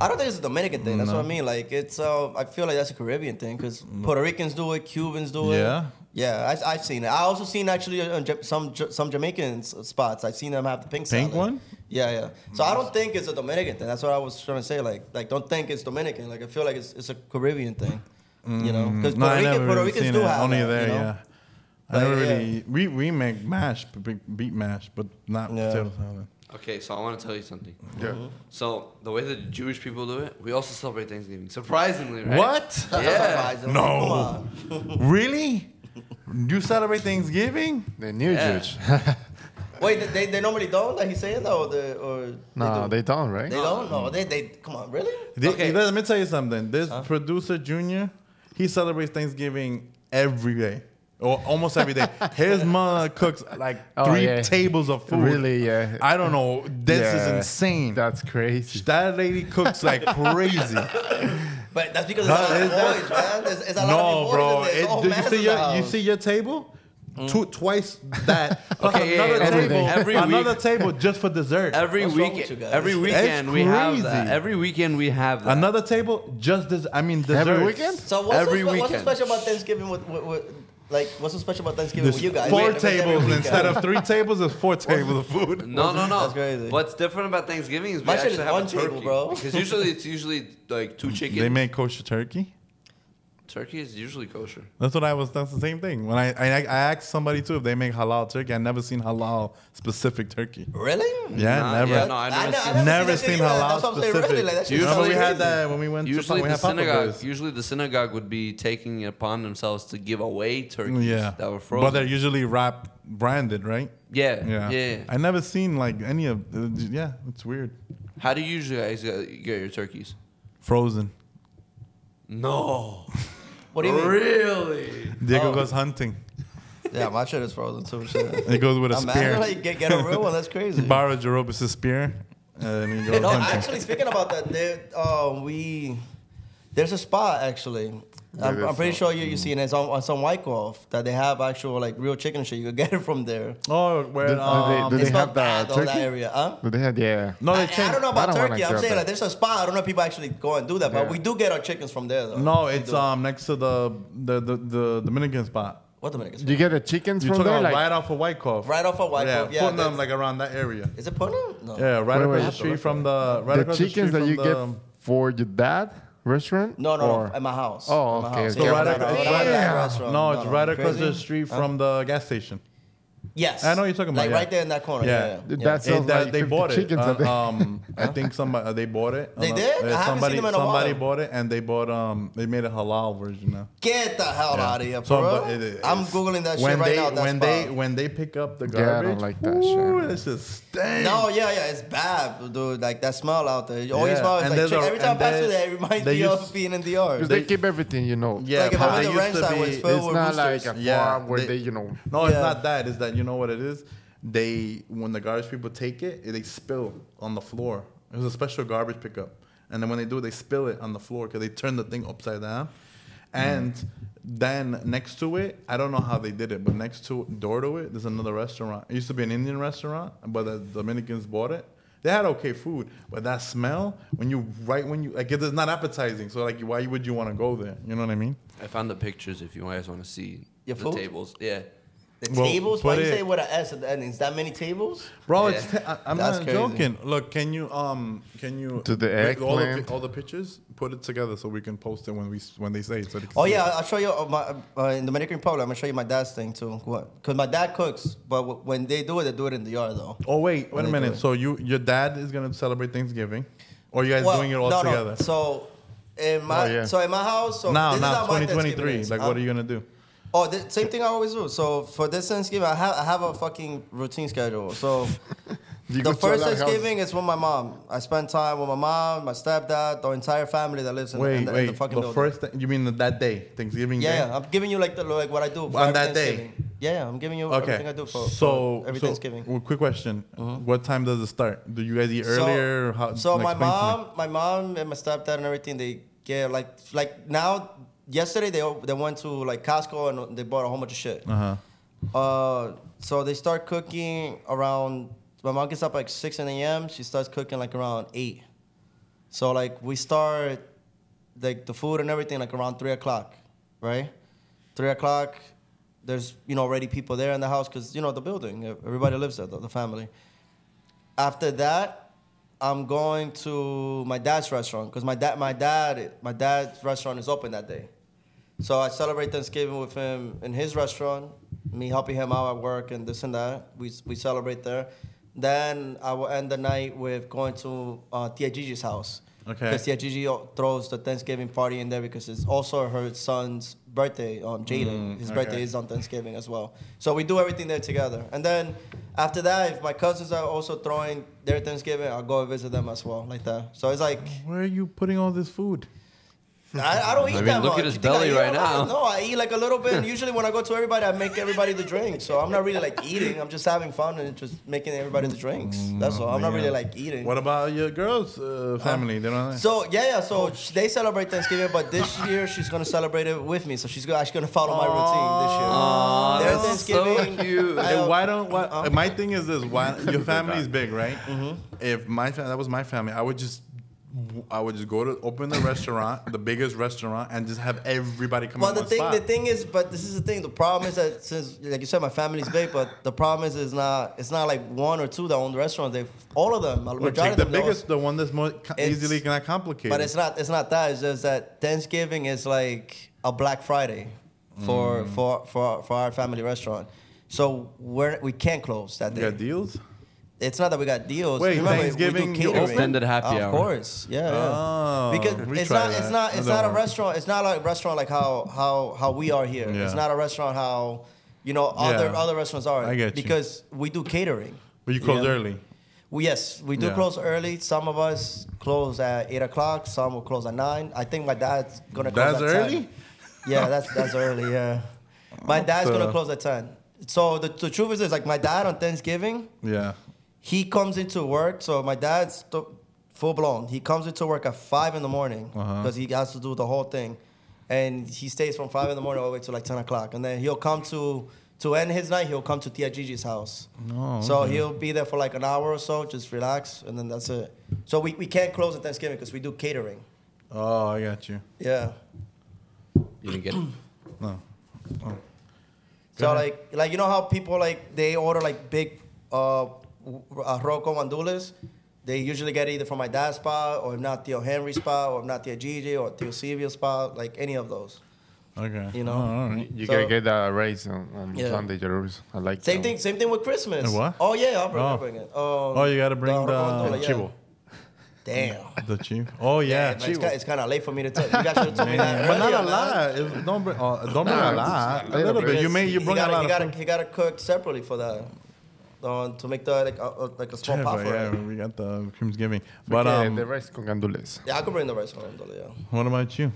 Speaker 3: I don't think it's a Dominican thing. That's what I mean. Like it's, uh, I feel like that's a Caribbean thing because Puerto Ricans do it, Cubans do it.
Speaker 1: Mm. Yeah.
Speaker 3: yeah. I, I've seen it. I also seen actually uh, Ja- some Ja- some Jamaican s- spots. I've seen them have the pink
Speaker 1: Pink
Speaker 3: salad.
Speaker 1: one?
Speaker 3: Yeah, yeah. So I don't think it's a Dominican thing. That's what I was trying to say. Like, like don't think it's Dominican. Like I feel like it's, it's a Caribbean thing. You know, because
Speaker 1: Mm, No,
Speaker 3: Puerto,
Speaker 1: I
Speaker 3: Rican,
Speaker 1: never
Speaker 3: Puerto
Speaker 1: really
Speaker 3: Ricans
Speaker 1: seen
Speaker 3: do
Speaker 1: it.
Speaker 3: have
Speaker 1: Only
Speaker 3: that,
Speaker 1: there,
Speaker 3: you know?
Speaker 1: yeah. I
Speaker 3: Like,
Speaker 1: never
Speaker 3: yeah.
Speaker 1: really. We we make mash, b- b- beet mash, but not
Speaker 3: Yeah. Mm-hmm.
Speaker 1: potato salad.
Speaker 4: Okay, so I want to tell you something.
Speaker 2: yeah.
Speaker 4: So the way that the Jewish people do it, we also celebrate Thanksgiving. Surprisingly, right?
Speaker 1: What?
Speaker 4: Yeah.
Speaker 3: Surprising.
Speaker 1: No.
Speaker 3: Come on.
Speaker 1: really? You celebrate Thanksgiving?
Speaker 2: The new
Speaker 4: Yeah.
Speaker 2: judge.
Speaker 3: Wait, they- they, they normally don't. That he's saying that, or the or
Speaker 2: no,
Speaker 3: they do.
Speaker 2: they don't, right?
Speaker 3: They don't. No, they they come on, really?
Speaker 1: They-
Speaker 4: Okay.
Speaker 1: Let me tell you something. This producer Junior, he celebrates Thanksgiving every day. Or almost every day. His mother cooks like
Speaker 2: Oh,
Speaker 1: three
Speaker 2: yeah.
Speaker 1: tables of food.
Speaker 2: Really, yeah.
Speaker 1: I don't know. This is
Speaker 2: Yeah.
Speaker 1: insane.
Speaker 2: That's crazy.
Speaker 1: that lady cooks like crazy.
Speaker 3: But that's because
Speaker 1: No,
Speaker 3: it's a lot of
Speaker 1: it's not-
Speaker 3: boys, man. There's, it's a
Speaker 1: No,
Speaker 3: lot
Speaker 1: bro.
Speaker 3: of boys in there.
Speaker 1: It-
Speaker 3: It's all
Speaker 1: do you
Speaker 3: mans
Speaker 1: see
Speaker 3: in
Speaker 1: your
Speaker 3: the
Speaker 1: you
Speaker 3: house.
Speaker 1: see your table? Two twice that. Plus
Speaker 4: Okay, yeah,
Speaker 1: another
Speaker 4: yeah,
Speaker 2: every-
Speaker 1: table.
Speaker 4: every week.
Speaker 1: another table just for dessert.
Speaker 4: Every
Speaker 3: What's wrong with you
Speaker 4: weekend,
Speaker 3: guys?
Speaker 4: every
Speaker 3: That's
Speaker 4: weekend we have that.
Speaker 1: crazy.
Speaker 4: Every weekend we have that.
Speaker 1: another table just this I mean dessert.
Speaker 2: Every weekend?
Speaker 3: So what's
Speaker 4: every
Speaker 3: so spe- what's so
Speaker 4: weekend.
Speaker 3: special about Thanksgiving with, with, with like what's so special about Thanksgiving
Speaker 1: There's
Speaker 3: with you guys?
Speaker 1: four
Speaker 3: If it's every
Speaker 1: tables
Speaker 3: weekend.
Speaker 1: instead of three tables. There's four tables of food.
Speaker 4: no, no, no.
Speaker 3: That's crazy.
Speaker 4: What's different about Thanksgiving is we
Speaker 3: My shit
Speaker 4: actually
Speaker 3: is
Speaker 4: have
Speaker 3: one
Speaker 4: a turkey,
Speaker 3: table, bro.
Speaker 4: Because usually it's usually like two chickens.
Speaker 1: They make kosher turkey.
Speaker 4: turkey is usually kosher.
Speaker 1: That's what I was. That's the same thing. When I I, I asked somebody too if they make halal turkey. I never seen halal specific turkey.
Speaker 3: really?
Speaker 1: Yeah,
Speaker 4: Nah,
Speaker 1: never.
Speaker 4: Yeah, no, I never. seen-
Speaker 3: I've
Speaker 1: Never
Speaker 3: never seen
Speaker 1: seen
Speaker 3: that.
Speaker 1: halal
Speaker 3: That's what I'm saying,
Speaker 1: specific.
Speaker 3: really, like, that shit
Speaker 1: Remember we
Speaker 3: sounds
Speaker 1: had
Speaker 3: crazy.
Speaker 1: that when we went to
Speaker 4: Usually
Speaker 1: we
Speaker 4: the
Speaker 1: had Papa
Speaker 4: synagogue,
Speaker 1: Boys.
Speaker 4: usually the synagogue would be taking it upon themselves to give away turkeys
Speaker 1: Yeah,
Speaker 4: that were
Speaker 1: but they're
Speaker 4: frozen.
Speaker 1: usually wrapped branded, right?
Speaker 4: yeah, yeah,
Speaker 1: Yeah. I never seen like any of. Uh, yeah, it's weird.
Speaker 4: How do you usually guys uh, get your turkeys?
Speaker 1: Frozen.
Speaker 4: No,
Speaker 3: What do you mean?
Speaker 4: really?
Speaker 1: Diego
Speaker 3: Oh.
Speaker 1: goes hunting.
Speaker 3: Yeah, my shit is frozen too. Shit.
Speaker 1: He goes with a
Speaker 3: Imagine
Speaker 1: spear.
Speaker 3: like get, get a real one. That's crazy.
Speaker 1: He borrowed Jerobus's spear. uh, And he goes
Speaker 3: No,
Speaker 1: hunting.
Speaker 3: actually, speaking about that, there, uh, we there's a spot actually. I'm,
Speaker 2: There
Speaker 3: I'm
Speaker 2: is
Speaker 3: pretty
Speaker 2: some-
Speaker 3: sure you you seen it. it's on, on some White Golf that they have actual like real chicken shit. You could get it from there.
Speaker 1: oh, where
Speaker 2: Do- do
Speaker 1: um,
Speaker 2: Do they
Speaker 3: it's
Speaker 2: have
Speaker 3: not
Speaker 2: the
Speaker 3: bad though, that
Speaker 2: turkey?
Speaker 3: area, huh?
Speaker 2: But they had, yeah.
Speaker 1: no,
Speaker 3: I,
Speaker 1: they
Speaker 3: I
Speaker 1: changed.
Speaker 3: don't know about
Speaker 2: I don't wanna
Speaker 3: Turkey. I'm
Speaker 2: go
Speaker 3: saying
Speaker 2: there.
Speaker 3: like there's a spot. I don't know if people actually go and do that, but
Speaker 2: Yeah.
Speaker 3: we do get our chickens from there though.
Speaker 1: No,
Speaker 3: We
Speaker 1: it's
Speaker 3: do.
Speaker 1: um next to the the the, the Dominican spot.
Speaker 3: what the Dominican?
Speaker 2: You get the chickens
Speaker 1: You
Speaker 2: from
Speaker 1: took
Speaker 2: there,
Speaker 1: out
Speaker 2: like,
Speaker 1: right off of White Cove.
Speaker 3: Right off of White
Speaker 1: yeah,
Speaker 3: Cove, yeah,
Speaker 1: putting them
Speaker 3: that's-
Speaker 1: like around that area.
Speaker 3: Is it Puno? No.
Speaker 1: Yeah, right
Speaker 2: Wait,
Speaker 1: across
Speaker 2: wait.
Speaker 1: the street from the right
Speaker 2: the
Speaker 1: across
Speaker 2: chickens
Speaker 1: the
Speaker 2: that
Speaker 1: street
Speaker 2: you
Speaker 1: from
Speaker 2: get
Speaker 1: the,
Speaker 2: for your dad restaurant?
Speaker 3: No, no,
Speaker 2: Or-
Speaker 3: no. At my house.
Speaker 2: Oh,
Speaker 3: At my
Speaker 2: okay,
Speaker 3: house.
Speaker 2: okay.
Speaker 3: Yeah,
Speaker 2: So
Speaker 1: right
Speaker 3: no,
Speaker 1: ac-
Speaker 3: no,
Speaker 1: right-
Speaker 3: not at that
Speaker 1: Yeah.
Speaker 3: restaurant.
Speaker 1: No, it's
Speaker 3: you
Speaker 1: right across
Speaker 3: crazy?
Speaker 1: the street from the gas station.
Speaker 3: Yes.
Speaker 1: I know what you're talking about,
Speaker 3: Like
Speaker 1: yeah.
Speaker 3: right there in that corner.
Speaker 1: Yeah.
Speaker 3: Yeah. yeah,
Speaker 2: Dude,
Speaker 3: yeah.
Speaker 2: that's- So,
Speaker 1: It- that-
Speaker 2: like,
Speaker 1: they
Speaker 2: 50
Speaker 1: bought it.
Speaker 2: chickens
Speaker 1: Uh,
Speaker 2: are there.
Speaker 1: um, I think somebody they bought it.
Speaker 3: They
Speaker 1: Uh,
Speaker 3: did? I haven't seen
Speaker 1: somebody,
Speaker 3: them in a while.
Speaker 1: Somebody bought it and they bought um they made a halal version now.
Speaker 3: Get the hell
Speaker 1: Yeah.
Speaker 3: out of here, bro.
Speaker 1: So, but it- it-
Speaker 3: I'm
Speaker 1: it's-
Speaker 3: googling that
Speaker 1: when
Speaker 3: shit right
Speaker 1: they,
Speaker 3: now. That's
Speaker 1: when
Speaker 3: fire.
Speaker 1: they when they pick up the
Speaker 2: Yeah, I don't
Speaker 1: garbage,
Speaker 2: like that
Speaker 1: ooh,
Speaker 2: shit.
Speaker 1: This is stank.
Speaker 3: No, yeah, yeah, it's bad, dude. Like that smell out there. You always
Speaker 1: Yeah,
Speaker 3: smell. It's
Speaker 1: and
Speaker 3: like
Speaker 1: there's
Speaker 3: chicken.
Speaker 1: a-
Speaker 3: Every time I
Speaker 1: and
Speaker 3: pass through
Speaker 1: they-
Speaker 3: there, it reminds
Speaker 1: they
Speaker 3: me
Speaker 1: used-
Speaker 3: of being in the yard.
Speaker 2: Because
Speaker 1: They-
Speaker 2: they, keep everything, you know.
Speaker 1: Yeah,
Speaker 3: Like, if
Speaker 1: but
Speaker 3: I went
Speaker 1: they
Speaker 3: to
Speaker 1: used
Speaker 3: ranch,
Speaker 1: to
Speaker 3: I was
Speaker 1: be-
Speaker 3: filled
Speaker 2: It's
Speaker 3: with
Speaker 2: not like
Speaker 3: roosters.
Speaker 2: a farm
Speaker 1: yeah,
Speaker 2: where they, you know.
Speaker 1: No, it's
Speaker 3: Yeah.
Speaker 1: not that. It's that you know what it is. They when the garbage people take it, they spill on the floor. It was a special garbage pickup, and then when they do, it, they spill it on the floor because they turn the thing upside down. And then next to it, I don't know how they did it, but next to door to it, there's another restaurant. It used to be an Indian restaurant, but the Dominicans bought it. They had okay food, but that smell when you right when you like it's not appetizing. So like, why would you want to go there? You know what I mean?
Speaker 4: I found the pictures if you guys want to see
Speaker 3: Your
Speaker 4: the
Speaker 3: food?
Speaker 4: tables. Yeah.
Speaker 3: The
Speaker 1: Well,
Speaker 3: tables? Why
Speaker 1: put
Speaker 3: you
Speaker 1: it-
Speaker 3: say with an S at the end? Is that many tables?
Speaker 1: Bro,
Speaker 4: Yeah.
Speaker 1: it's te- I, I'm
Speaker 3: That's
Speaker 1: not
Speaker 3: crazy.
Speaker 1: joking. Look, can you um can you
Speaker 2: To the
Speaker 1: make all the,
Speaker 2: eggplant.
Speaker 1: pi- all the pictures put it together so we can post it when we s- when they say it. So they can
Speaker 3: Oh
Speaker 1: see
Speaker 3: yeah,
Speaker 1: it.
Speaker 3: I'll show you uh, my uh, in Dominican Republic. I'm gonna show you my dad's thing too. What? Cause my dad cooks, but w- when they do it, they do it in the yard though.
Speaker 1: Oh wait,
Speaker 3: What
Speaker 1: wait a
Speaker 3: they
Speaker 1: minute.
Speaker 3: doing?
Speaker 1: So you your dad is gonna celebrate Thanksgiving, or you guys
Speaker 3: Well,
Speaker 1: doing it all
Speaker 3: no, no.
Speaker 1: together?
Speaker 3: So in my
Speaker 2: Oh, yeah.
Speaker 3: so in my house, so
Speaker 1: now
Speaker 3: this is
Speaker 1: now
Speaker 3: how my Thanksgiving
Speaker 1: 2023.
Speaker 3: is.
Speaker 1: Like
Speaker 3: I'm-
Speaker 1: what are you gonna do?
Speaker 3: Oh, the same thing I always do. So for this Thanksgiving, I have I have a fucking routine schedule. So
Speaker 2: You
Speaker 3: the
Speaker 2: go to
Speaker 3: first
Speaker 2: a lot of
Speaker 3: Thanksgiving is with my mom. I spend time with my mom, my stepdad, the entire family that lives in,
Speaker 1: Wait
Speaker 3: in, the,
Speaker 1: wait.
Speaker 3: in the
Speaker 1: the,
Speaker 3: fucking building.
Speaker 1: first thing you mean the- that day Thanksgiving day?
Speaker 3: yeah, yeah, I'm giving you like the like what I do for
Speaker 1: On
Speaker 3: every
Speaker 1: that day?
Speaker 3: Thanksgiving. Yeah, yeah, I'm giving you
Speaker 1: Okay.
Speaker 3: everything I do for,
Speaker 1: so
Speaker 3: for every
Speaker 1: so,
Speaker 3: Thanksgiving. Mm-hmm.
Speaker 1: well, quick question. What time does it start? Do you guys eat
Speaker 3: So-
Speaker 1: earlier? or how,
Speaker 3: So
Speaker 1: like,
Speaker 3: my
Speaker 1: explain to me.
Speaker 3: mom, my mom and my stepdad and everything, they get like like now. Yesterday they all- they went to like Costco and they bought a whole bunch of shit.
Speaker 1: Uh-huh.
Speaker 3: Uh, so they start cooking around. My mom gets up like six a.m. She starts cooking like around eight. So like we start like the food and everything like around three o'clock, right? Three o'clock. There's you know already people there in the house because you know the building. Everybody lives there, the, the family. After that, I'm going to my dad's restaurant because my dad, my dad, my dad's restaurant is open that day. So I celebrate Thanksgiving with him in his restaurant, me helping him out at work and this and that. We, we celebrate there. Then I will end the night with going to uh, Tia Gigi's house.
Speaker 1: Okay.
Speaker 3: Because Tia Gigi o- throws the Thanksgiving party in there because it's also her son's birthday, um, Jaden.
Speaker 1: Mm,
Speaker 3: his
Speaker 1: okay.
Speaker 3: birthday is on Thanksgiving as well. So we do everything there together. And then after that, if my cousins are also throwing their Thanksgiving, I'll go and visit them as well, like that. So it's like.
Speaker 1: Where are you putting all this food?
Speaker 3: I, I don't eat
Speaker 4: I mean,
Speaker 3: that
Speaker 4: look
Speaker 3: much.
Speaker 4: at his
Speaker 3: You think I
Speaker 4: belly
Speaker 3: eat a
Speaker 4: right
Speaker 3: lot?
Speaker 4: now.
Speaker 3: No, I eat like a little bit. Usually when I go to everybody, I make everybody the drink. So I'm not really like eating. I'm just having fun and just making everybody the drinks.
Speaker 4: Mm,
Speaker 3: That's all. I'm not really
Speaker 1: Mm, Yeah.
Speaker 3: like eating.
Speaker 1: What about your girls' uh, family? they don't.
Speaker 3: So yeah, yeah. So sh- they celebrate Thanksgiving, but this year she's gonna celebrate it with me. So she's gonna, actually gonna follow my
Speaker 4: Aw,
Speaker 3: routine this year. Their
Speaker 4: that's so cute.
Speaker 3: I Uh-huh.
Speaker 1: Hey,
Speaker 3: don't-
Speaker 1: why don't why, my thing is this? Why your family's big, right?
Speaker 3: Mm-hmm.
Speaker 1: If my family that was my family, I would just I would just go to open the restaurant, the biggest restaurant, and just have everybody come.
Speaker 3: Well,
Speaker 1: in
Speaker 3: the
Speaker 1: one
Speaker 3: thing,
Speaker 1: spot.
Speaker 3: the thing is, but this is the thing. The problem is that since, like you said, my family's big, but the problem is, it's not, it's not like one or two that own the restaurant. They, all of them, a
Speaker 1: Look,
Speaker 3: majority
Speaker 1: take
Speaker 3: of
Speaker 1: the
Speaker 3: them, they all-
Speaker 1: biggest, the one that's more co-
Speaker 3: It's-
Speaker 1: easily not complicated.
Speaker 3: But it's not. It's not that. It's just that Thanksgiving is like a Black Friday for
Speaker 1: Mm.
Speaker 3: for for for our family restaurant. So we're we can't close that
Speaker 1: you
Speaker 3: day.
Speaker 1: got deals.
Speaker 3: It's not that we got deals.
Speaker 1: Wait,
Speaker 3: Remember,
Speaker 1: Thanksgiving,
Speaker 3: we
Speaker 1: you
Speaker 3: do catering.
Speaker 4: Extended happy
Speaker 3: of
Speaker 4: hour.
Speaker 3: course, yeah. yeah.
Speaker 1: Oh, we
Speaker 3: because it's
Speaker 1: try
Speaker 3: not, it's
Speaker 1: that.
Speaker 3: not, it's
Speaker 1: Another
Speaker 3: not a
Speaker 1: one.
Speaker 3: restaurant. It's not like a restaurant like how how how we are here.
Speaker 1: Yeah.
Speaker 3: It's not a restaurant how you know other
Speaker 1: Yeah.
Speaker 3: other restaurants are.
Speaker 1: I get you.
Speaker 3: because we do catering.
Speaker 1: But you closed
Speaker 3: know?
Speaker 1: early.
Speaker 3: We, yes, we do
Speaker 1: Yeah.
Speaker 3: close early. Some of us close at eight o'clock. Some will close at nine. I think my dad's gonna.
Speaker 1: That's
Speaker 3: close at 10.
Speaker 1: early?
Speaker 3: Yeah, that's that's early. Yeah, my dad's
Speaker 1: the-
Speaker 3: gonna close at ten. So the, the truth is, is like my dad on Thanksgiving,
Speaker 1: Yeah.
Speaker 3: He comes into work. So my dad's th- full blown. He comes into work at five in the morning
Speaker 1: Uh-huh.
Speaker 3: because he has to do the whole thing, and he stays from five in the morning all the way to like ten o'clock, and then he'll come to. To end his night, he'll come to Tia Gigi's house.
Speaker 1: No,
Speaker 3: so
Speaker 1: Oh, okay.
Speaker 3: he'll be there for like an hour or so, just relax, and then that's it. So we, we can't close at Thanksgiving because we do catering.
Speaker 1: Oh, I got you.
Speaker 3: Yeah.
Speaker 4: You didn't get it.
Speaker 1: No. Oh.
Speaker 3: So
Speaker 1: Go ahead.
Speaker 3: like like you know how people like they order like big uh, w- uh roco mandules, they usually get either from my dad's spot or if not Theo Henry's spot or if not Theo Gigi or Theo Silvio's spot, like any of those.
Speaker 1: Okay.
Speaker 3: You know.
Speaker 1: Oh, all
Speaker 2: You,
Speaker 1: right.
Speaker 2: you
Speaker 3: So-
Speaker 2: gotta get that raise on, on
Speaker 3: Yeah.
Speaker 2: Sunday, Jerus. I like that
Speaker 3: Same thing. Same thing with Christmas.
Speaker 1: And Oh. what?
Speaker 3: Oh yeah, I'll bring, I'll
Speaker 1: Oh.
Speaker 3: bring it. Um,
Speaker 1: Oh, you gotta bring
Speaker 3: arroz
Speaker 1: the-
Speaker 3: con
Speaker 2: one.
Speaker 3: mandola,
Speaker 2: And
Speaker 3: yeah.
Speaker 2: Chivo.
Speaker 3: Damn.
Speaker 1: The chief. Oh yeah.
Speaker 3: Damn, it's, ki- it's kind of late for me to tell you. guys should have told me that.
Speaker 1: But not
Speaker 3: earlier,
Speaker 1: a
Speaker 3: man.
Speaker 1: lot. If- don't bring, uh, don't bring a lot. A little bit. You made you
Speaker 3: He
Speaker 1: bring a
Speaker 3: gotta-
Speaker 1: lot.
Speaker 3: He
Speaker 1: of
Speaker 3: got
Speaker 1: food.
Speaker 3: to he got to cook separately for that, um, to make the like a, a- like a small
Speaker 1: Yeah,
Speaker 3: pot
Speaker 1: but
Speaker 3: for
Speaker 1: yeah,
Speaker 3: it.
Speaker 1: we got the Thanksgiving. But
Speaker 2: Okay,
Speaker 1: um,
Speaker 2: the rice con gandules.
Speaker 3: Yeah, I could bring the rice for mandola. Yeah.
Speaker 1: what about you?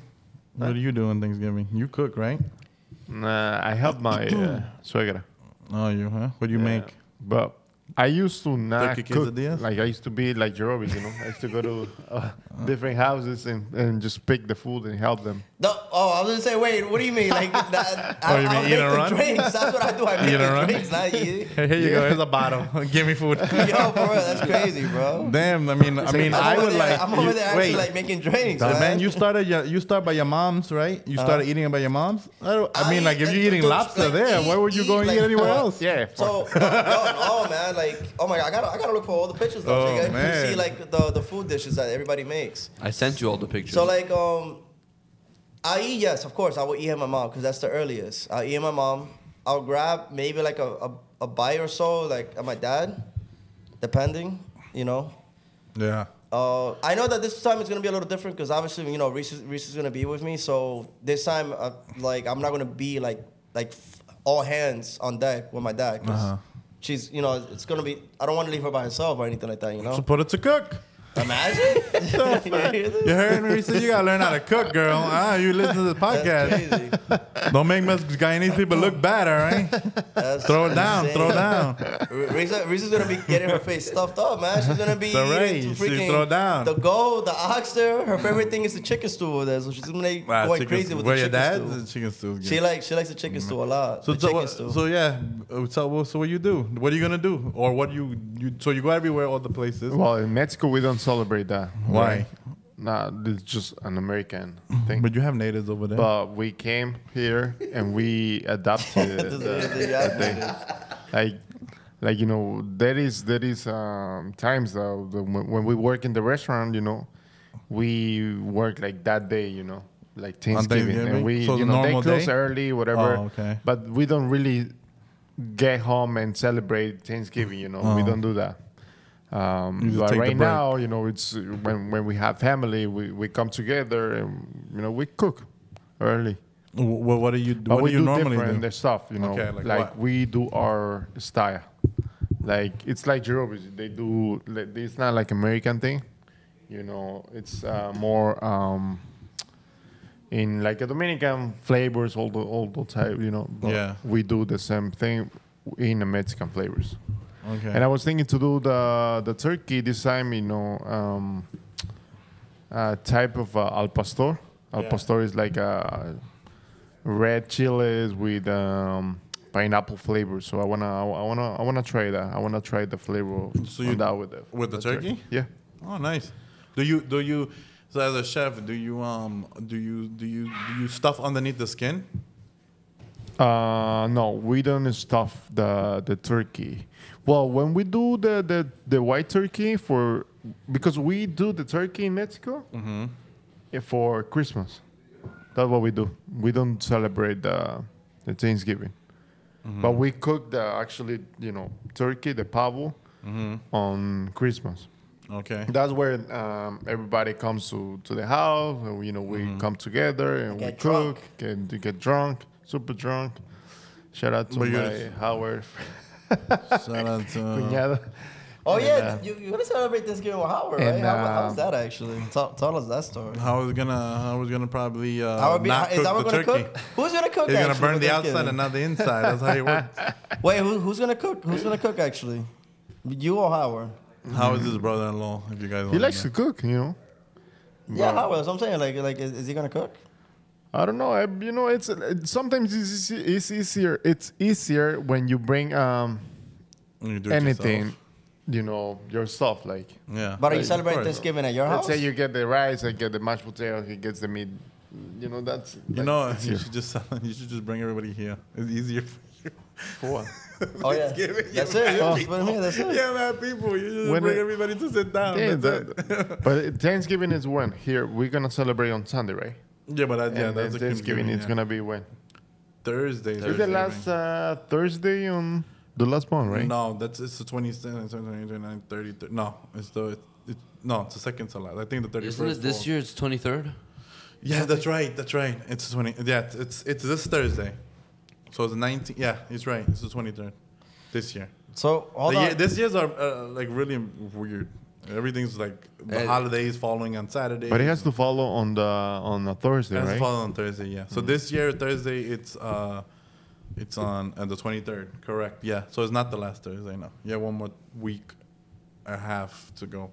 Speaker 1: What do you do on Thanksgiving? You cook, right?
Speaker 2: Nah, I help my uh, suegra.
Speaker 1: Oh, you huh? What do you
Speaker 2: Yeah.
Speaker 1: make?
Speaker 2: But I used to not
Speaker 1: Turkey
Speaker 2: cook.
Speaker 1: quesadillas?
Speaker 2: Like I used to be like Jerobis, you know. I used to go to uh, different houses and, and just pick the food and help them.
Speaker 3: No, oh, I was gonna say, wait, what do you mean? Like that? I,
Speaker 1: Oh, you mean
Speaker 3: I'll
Speaker 1: eat
Speaker 3: make
Speaker 1: and
Speaker 3: the
Speaker 1: run?
Speaker 3: drinks. That's what I do. I make
Speaker 1: and
Speaker 3: the
Speaker 1: run?
Speaker 3: drinks, not you.
Speaker 1: Hey, here you go. Here's a bottle. Give me food.
Speaker 3: Yo, bro, that's crazy, bro.
Speaker 1: Damn. I mean, I mean,
Speaker 3: I'm
Speaker 1: I
Speaker 3: over
Speaker 1: would
Speaker 3: there,
Speaker 1: like.
Speaker 3: I'm over
Speaker 1: you-
Speaker 3: there actually
Speaker 1: wait.
Speaker 3: like making drinks,
Speaker 1: Nah,
Speaker 3: man.
Speaker 1: man, you started your, you start by your mom's, right? You started eating by your mom's. I, don't, I,
Speaker 3: Uh-huh. I
Speaker 1: mean, like
Speaker 3: eat-
Speaker 1: if you're eating
Speaker 3: like,
Speaker 1: lobster
Speaker 3: like,
Speaker 1: there,
Speaker 3: eat-
Speaker 1: why would you go
Speaker 3: eat,
Speaker 1: and
Speaker 3: like-
Speaker 1: eat anywhere else?
Speaker 2: Yeah.
Speaker 3: So no, no, no, man. Like, oh my god, I gotta, I gotta look for all the pictures. Though, so
Speaker 1: Oh,
Speaker 3: you guys can
Speaker 1: man.
Speaker 3: see like the the food dishes that everybody makes.
Speaker 4: I sent you all the pictures.
Speaker 3: So like, um, I eat yes, of course. I will eat at my mom because that's the earliest. I eat at my mom. I'll grab maybe like a, a a bite or so, like at my dad, depending, you know.
Speaker 1: Yeah.
Speaker 3: Uh, I know that this time it's gonna be a little different because obviously you know Reese is, Reese is gonna be with me, so this time uh, like I'm not gonna be like like f- all hands on deck with my dad. 'cause
Speaker 1: Uh-huh.
Speaker 3: She's you know it's gonna be I don't want to leave her by herself or anything like that. You
Speaker 1: So
Speaker 3: know,
Speaker 1: put it to cook.
Speaker 3: imagine. You hear this?
Speaker 1: You heard me? So you gotta learn how to cook, girl. Ah, you listen to this
Speaker 3: That's
Speaker 1: podcast.
Speaker 3: crazy.
Speaker 1: Don't make Mex- Guyanese people look bad, all right?
Speaker 3: That's
Speaker 1: Throw it down,
Speaker 3: insane.
Speaker 1: throw it down.
Speaker 3: Risa, Risa's gonna be getting her face stuffed up, man. She's gonna be
Speaker 1: It's all right.
Speaker 3: eating
Speaker 1: She
Speaker 3: freaking
Speaker 1: throw down.
Speaker 3: the gold, the oxter. Her favorite thing is the chicken stew over there, so she's gonna be
Speaker 1: Wow,
Speaker 3: going
Speaker 1: chicken
Speaker 3: crazy
Speaker 1: stew.
Speaker 3: with
Speaker 1: Where
Speaker 3: the
Speaker 1: your
Speaker 3: chicken
Speaker 1: dad's
Speaker 3: stew.
Speaker 1: is chicken stew.
Speaker 3: She likes she likes the chicken stew a lot.
Speaker 1: Mm. so,
Speaker 3: the
Speaker 1: so,
Speaker 3: chicken
Speaker 1: what-
Speaker 3: stew.
Speaker 1: so yeah. uh, So, well, so what you do? What are you gonna do? Or what you you? So you go everywhere, all the places.
Speaker 2: Well, in Mexico we don't celebrate that.
Speaker 1: Why? Mm-hmm.
Speaker 2: Nah, it's just an American thing.
Speaker 1: But you have natives over there.
Speaker 2: But we came here and we adopted
Speaker 3: This
Speaker 2: the,
Speaker 3: is- this is- yeah,
Speaker 2: the thing. Like, like you know, there is there is um, times though the, when, when we work in the restaurant, you know, we work like that day, you know, like Thanksgiving,
Speaker 1: Thanksgiving?
Speaker 2: and we
Speaker 1: So
Speaker 2: you
Speaker 1: the
Speaker 2: know they
Speaker 1: normal
Speaker 2: close
Speaker 1: day?
Speaker 2: early, whatever.
Speaker 1: Oh, okay.
Speaker 2: But we don't really get home and celebrate Thanksgiving, you know, we
Speaker 1: Oh.
Speaker 2: don't do that.
Speaker 1: You
Speaker 2: Um,
Speaker 1: just
Speaker 2: but
Speaker 1: take the
Speaker 2: right
Speaker 1: break.
Speaker 2: now, you know, it's uh, when when we have family, we, we come together and you know we cook early.
Speaker 1: Well, what do you do?
Speaker 2: But
Speaker 1: What
Speaker 2: we
Speaker 1: do you
Speaker 2: do
Speaker 1: normally
Speaker 2: different
Speaker 1: do?
Speaker 2: stuff, you know.
Speaker 1: Okay, like
Speaker 2: like
Speaker 1: what?
Speaker 2: we do our style. Like it's like Jerobis. They do. like, It's not like American thing, you know. It's uh, more um, in like a Dominican flavors, all the all the type, you know. But
Speaker 1: Yeah.
Speaker 2: We do the same thing in the Mexican flavors.
Speaker 1: Okay.
Speaker 2: And I was thinking to do the the turkey this time, you know, um, uh, type of uh, al pastor. Al
Speaker 1: Yeah.
Speaker 2: pastor is like a red chilies with um, pineapple flavor. So I wanna, I wanna, I wanna try that. I wanna try the flavor
Speaker 1: So
Speaker 2: on
Speaker 1: you-
Speaker 2: that with the
Speaker 1: with the turkey?
Speaker 2: Yeah.
Speaker 1: Oh, nice. Do you do you? So as a chef, do you um do you do you do you stuff underneath the skin?
Speaker 2: Uh, no, we don't stuff the the turkey. Well, when we do the the, the white turkey for because we do the turkey in Mexico eh, for Christmas. That's what we do. We don't celebrate the the Thanksgiving, but we cook the actually you know turkey the pavo on Christmas.
Speaker 1: Okay.
Speaker 2: That's where um, everybody comes to, to the house. And, you know, we
Speaker 1: Mm-hmm.
Speaker 2: come together and we
Speaker 3: Get
Speaker 2: cook
Speaker 3: drunk.
Speaker 2: and you get drunk, super drunk. Shout out to
Speaker 1: But uh, you're-
Speaker 2: my Howard
Speaker 1: Shout out to.
Speaker 2: cuñado.
Speaker 3: oh yeah,
Speaker 2: and, uh,
Speaker 3: you you're gonna celebrate Thanksgiving with Howard, right?
Speaker 2: and,
Speaker 3: how, how was
Speaker 2: um,
Speaker 3: that actually? Tell, tell us that story.
Speaker 1: How is gonna? How is gonna probably uh,
Speaker 3: Howard be,
Speaker 1: not
Speaker 3: is
Speaker 1: cook
Speaker 3: Howard
Speaker 1: the
Speaker 3: gonna
Speaker 1: turkey?
Speaker 3: cook? Who's gonna cook?
Speaker 1: He's gonna
Speaker 3: actually
Speaker 1: burn
Speaker 3: with
Speaker 1: the outside
Speaker 3: Thanksgiving?
Speaker 1: and not the inside. That's how he works.
Speaker 3: Wait, who, who's gonna cook? Who's gonna cook actually? You or Howard?
Speaker 1: How is his brother-in-law? If you guys
Speaker 2: He
Speaker 1: wanna
Speaker 2: likes
Speaker 1: know?
Speaker 2: to cook, you know.
Speaker 3: Yeah, Howard. That's what I'm saying. Like, like, is, is he gonna cook?
Speaker 2: I don't know. I, you know, it's uh, sometimes it's, easy- it's easier. It's easier when you bring um,
Speaker 1: You do it
Speaker 2: anything,
Speaker 1: yourself.
Speaker 2: you know, yourself. Like
Speaker 1: Yeah.
Speaker 3: But are you
Speaker 1: Of
Speaker 3: celebrating
Speaker 1: course.
Speaker 3: Thanksgiving at your
Speaker 2: let's
Speaker 3: house?
Speaker 2: say you get the rice, I get the mashed potato, he gets the meat. You know, that's
Speaker 1: You know, you should just you should just bring everybody here. It's easier for you.
Speaker 3: oh yeah,
Speaker 1: Thanksgiving,
Speaker 3: that's
Speaker 1: yeah, man.
Speaker 3: it. Yeah, that's what I mean, that's it.
Speaker 1: Yeah, man, people, you just
Speaker 2: When
Speaker 1: bring
Speaker 2: it-
Speaker 1: everybody to sit down.
Speaker 2: Yeah,
Speaker 1: that's it.
Speaker 2: that- but Thanksgiving is when here we're gonna celebrate on Sunday, right?
Speaker 1: yeah, but that, yeah,
Speaker 2: and
Speaker 1: that's
Speaker 2: then
Speaker 1: a
Speaker 2: Thanksgiving. It's
Speaker 1: yeah.
Speaker 2: gonna be when?
Speaker 1: Thursday.
Speaker 2: It's the last uh, Thursday on the last one, right?
Speaker 1: No, that's it's the uh, 27th, 29th, 30, thir- No, it's the it's, it's, no, it's the second to last. I think the 31st.
Speaker 4: Isn't it
Speaker 1: falls-
Speaker 4: this year? It's 23rd.
Speaker 1: Yeah, that's right. That's right. It's the 20. Yeah, it's it's this Thursday. So it's 19. Yeah, it's right. It's the 23rd this year.
Speaker 3: So hold
Speaker 1: The
Speaker 3: on.
Speaker 1: year- this year's are uh, like really weird. Everything's like the
Speaker 4: Eh.
Speaker 1: holidays falling on Saturday.
Speaker 2: But it has to follow on the on a Thursday,
Speaker 1: That's
Speaker 2: right? Mm-hmm.
Speaker 1: fall on Thursday, yeah. So this year Thursday, it's uh, it's on uh, the twenty third, correct? Yeah. So it's not the last Thursday, no. Yeah, one more week, a half to go.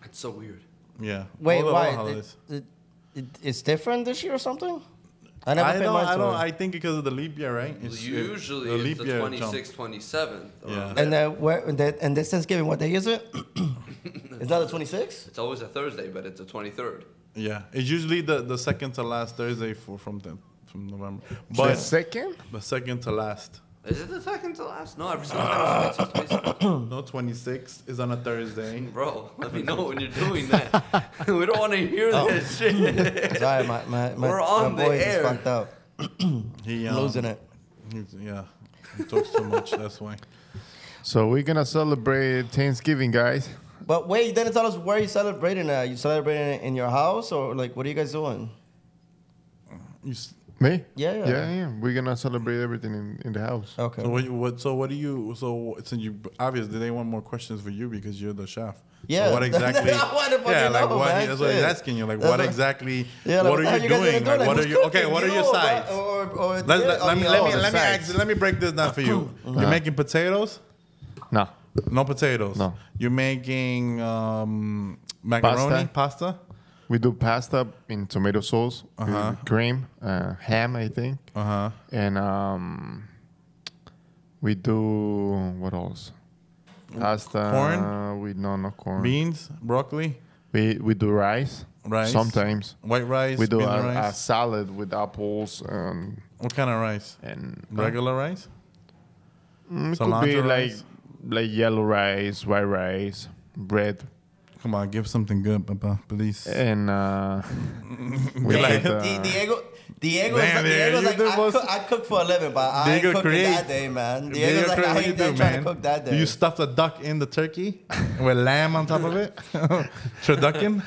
Speaker 4: That's so weird.
Speaker 1: Yeah.
Speaker 3: Wait,
Speaker 1: All the- all
Speaker 3: why?
Speaker 1: holidays.
Speaker 3: It- it- it- it's different this year or something? I never
Speaker 1: I
Speaker 3: paid
Speaker 1: don't.
Speaker 3: much
Speaker 1: I don't.
Speaker 3: to it.
Speaker 1: I think because of the leap year, right? It's- it-
Speaker 4: Usually it's the Um,
Speaker 1: jump.
Speaker 4: 26th, 27th.
Speaker 1: Yeah.
Speaker 4: around
Speaker 3: And
Speaker 4: there.
Speaker 3: then where, and, that, and this Thanksgiving, what day is it? it's not the 26th.
Speaker 4: It's always a Thursday, but it's the 23rd.
Speaker 1: Yeah, it's usually the, the second to last Thursday for from the, from November,
Speaker 2: the
Speaker 1: but
Speaker 2: second?
Speaker 1: the second to last.
Speaker 4: Is it the second to last? No, every single time it's supposed to be-
Speaker 1: No, twenty sixth is on a Thursday.
Speaker 4: Bro, let me know when you're doing that. we don't want to hear this shit.
Speaker 3: Sorry, my my my,
Speaker 4: We're on
Speaker 3: my
Speaker 4: the
Speaker 3: voice is
Speaker 4: air.
Speaker 3: fucked up.
Speaker 1: He
Speaker 3: I'm
Speaker 1: um,
Speaker 3: losing it.
Speaker 1: he's- Yeah, he talks too much. That's why.
Speaker 2: So we're gonna celebrate Thanksgiving, guys.
Speaker 3: But wait, you didn't tell us where you celebrating at. You celebrating it in your house or like what are you guys doing?
Speaker 1: You, s-
Speaker 2: Me?
Speaker 3: Yeah, yeah.
Speaker 2: yeah, We're gonna celebrate everything in, in the house.
Speaker 3: Okay.
Speaker 1: So what, you- what? So what do you? So since you obviously they want more questions for you because you're the chef.
Speaker 3: Yeah,
Speaker 1: So what exactly?
Speaker 3: I wanna fucking
Speaker 1: yeah, like
Speaker 3: know,
Speaker 1: what?
Speaker 3: man,
Speaker 1: that's what he's
Speaker 3: shit.
Speaker 1: asking you. Like
Speaker 3: That's
Speaker 1: what
Speaker 3: what-
Speaker 1: exactly?
Speaker 3: Yeah, like,
Speaker 1: what
Speaker 3: the
Speaker 1: are
Speaker 3: hell
Speaker 1: you
Speaker 3: guys gonna
Speaker 1: doing?
Speaker 3: do?
Speaker 1: Like, what
Speaker 3: who's
Speaker 1: are you? Okay,
Speaker 3: cooking?
Speaker 1: what are
Speaker 3: You
Speaker 1: your
Speaker 3: or what-
Speaker 1: sides?
Speaker 3: Or, or,
Speaker 1: Let's,
Speaker 3: yeah,
Speaker 1: let,
Speaker 3: on
Speaker 1: let me
Speaker 3: your
Speaker 1: let me
Speaker 3: own.
Speaker 1: let me
Speaker 2: sides.
Speaker 1: ask, let me break this down for you.
Speaker 3: Uh-huh.
Speaker 1: You're making potatoes.
Speaker 2: No.
Speaker 1: No potatoes.
Speaker 2: No.
Speaker 1: You're making um, macaroni, pasta.
Speaker 2: We do pasta in tomato sauce,
Speaker 1: Uh-huh.
Speaker 2: uh cream, uh, ham, I think,
Speaker 1: Uh huh.
Speaker 2: and um, we do what else? Pasta.
Speaker 1: Corn?
Speaker 2: We no no
Speaker 3: Mm.
Speaker 2: corn.
Speaker 1: Beans, broccoli,
Speaker 2: We we do rice.
Speaker 1: Rice.
Speaker 2: Sometimes
Speaker 1: white rice.
Speaker 2: we do
Speaker 1: bean
Speaker 2: a, a
Speaker 1: rice.
Speaker 2: salad with apples and
Speaker 1: what kind of rice?
Speaker 2: and
Speaker 1: Regular rice.
Speaker 2: Mm, it could be
Speaker 1: Cilantro
Speaker 2: like
Speaker 1: rice?
Speaker 2: like yellow rice, white rice, bread,
Speaker 1: Come on, give something good, Papa, please.
Speaker 3: Eh,
Speaker 2: and uh, we uh,
Speaker 1: You're like-
Speaker 2: like
Speaker 3: Di-
Speaker 2: the,
Speaker 3: Diego, Diego's,
Speaker 1: Damn,
Speaker 3: like,
Speaker 1: Diego,
Speaker 3: Diego's
Speaker 1: you
Speaker 3: like,
Speaker 1: do
Speaker 3: I,
Speaker 1: most-
Speaker 3: cook, I cook for a living, but I ain't
Speaker 1: Diego
Speaker 3: cooking that
Speaker 1: creates.
Speaker 3: day, man.
Speaker 1: Diego
Speaker 3: Diego's like,
Speaker 1: Craig,
Speaker 3: I
Speaker 1: what you
Speaker 3: ain't
Speaker 1: do,
Speaker 3: trying to
Speaker 1: man?
Speaker 3: cook that
Speaker 1: Do
Speaker 3: day.
Speaker 1: you stuff the duck in the turkey with lamb on top of it? Turducken?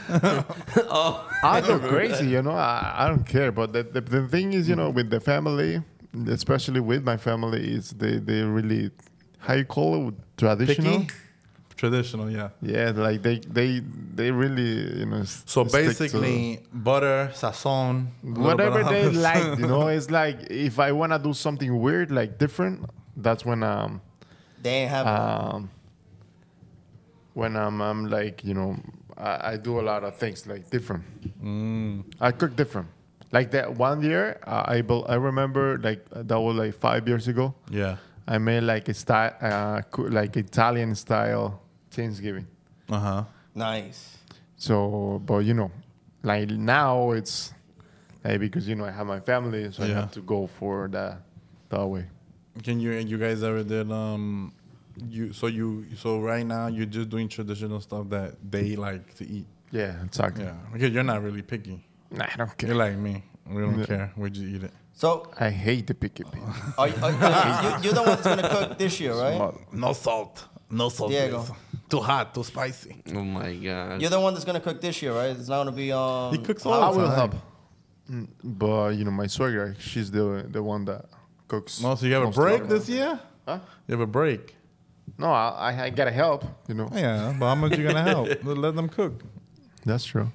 Speaker 2: I go crazy, you know. I, I don't care, but the, the the thing is, you
Speaker 1: Mm.
Speaker 2: know, with the family, especially with my family, is they they really how you call it traditional.
Speaker 1: Picky? Traditional, yeah.
Speaker 2: Yeah, like they they they really you know. s-
Speaker 1: So
Speaker 2: stick to-
Speaker 1: basically, butter, sazon, a little
Speaker 2: whatever
Speaker 1: bit of-
Speaker 2: they like, you know. It's like if I wanna do something weird, like different, that's when um
Speaker 3: They ain't have
Speaker 4: Uh,
Speaker 2: um, when I'm, I'm like, you know, I, I do a lot of things like different.
Speaker 1: Mm.
Speaker 2: I cook different. Like that one year, uh, I bel- I remember like that was like five years ago.
Speaker 1: Yeah.
Speaker 2: I made like a style, uh, coo- like Italian style Thanksgiving.
Speaker 1: Uh huh.
Speaker 3: nice.
Speaker 2: So, but you know, like now it's like because you know I have my family, so I
Speaker 1: Yeah.
Speaker 2: have to go for that that way.
Speaker 1: Can you you guys ever did um you so you so right now you're just doing traditional stuff that they like to eat.
Speaker 2: Yeah, exactly.
Speaker 1: Yeah. Because you're not really picky.
Speaker 2: Nah, I don't
Speaker 1: You're
Speaker 2: care.
Speaker 1: like me. We don't
Speaker 2: Yeah.
Speaker 1: care. We just eat it.
Speaker 3: So,
Speaker 2: I hate the picky people.
Speaker 3: are you, are you, you, you're the one that's going to cook this year, right?
Speaker 1: No salt. No salt.
Speaker 3: Diego.
Speaker 1: please. Too hot, too spicy.
Speaker 4: Oh my god.
Speaker 3: You're the one that's going to cook this year, right? It's not going to be um, on.
Speaker 1: He cooks all
Speaker 2: I
Speaker 1: the
Speaker 2: will
Speaker 1: time.
Speaker 2: help. Mm, But you know, my suegra, she's the the one that cooks.
Speaker 1: No, so you have a
Speaker 2: most of
Speaker 1: break
Speaker 2: it.
Speaker 1: this year?
Speaker 2: Huh?
Speaker 1: You have a break.
Speaker 2: No, I, I- I gotta help. You know,
Speaker 1: Yeah, but how much you gonna help? Let them cook.
Speaker 2: that's true.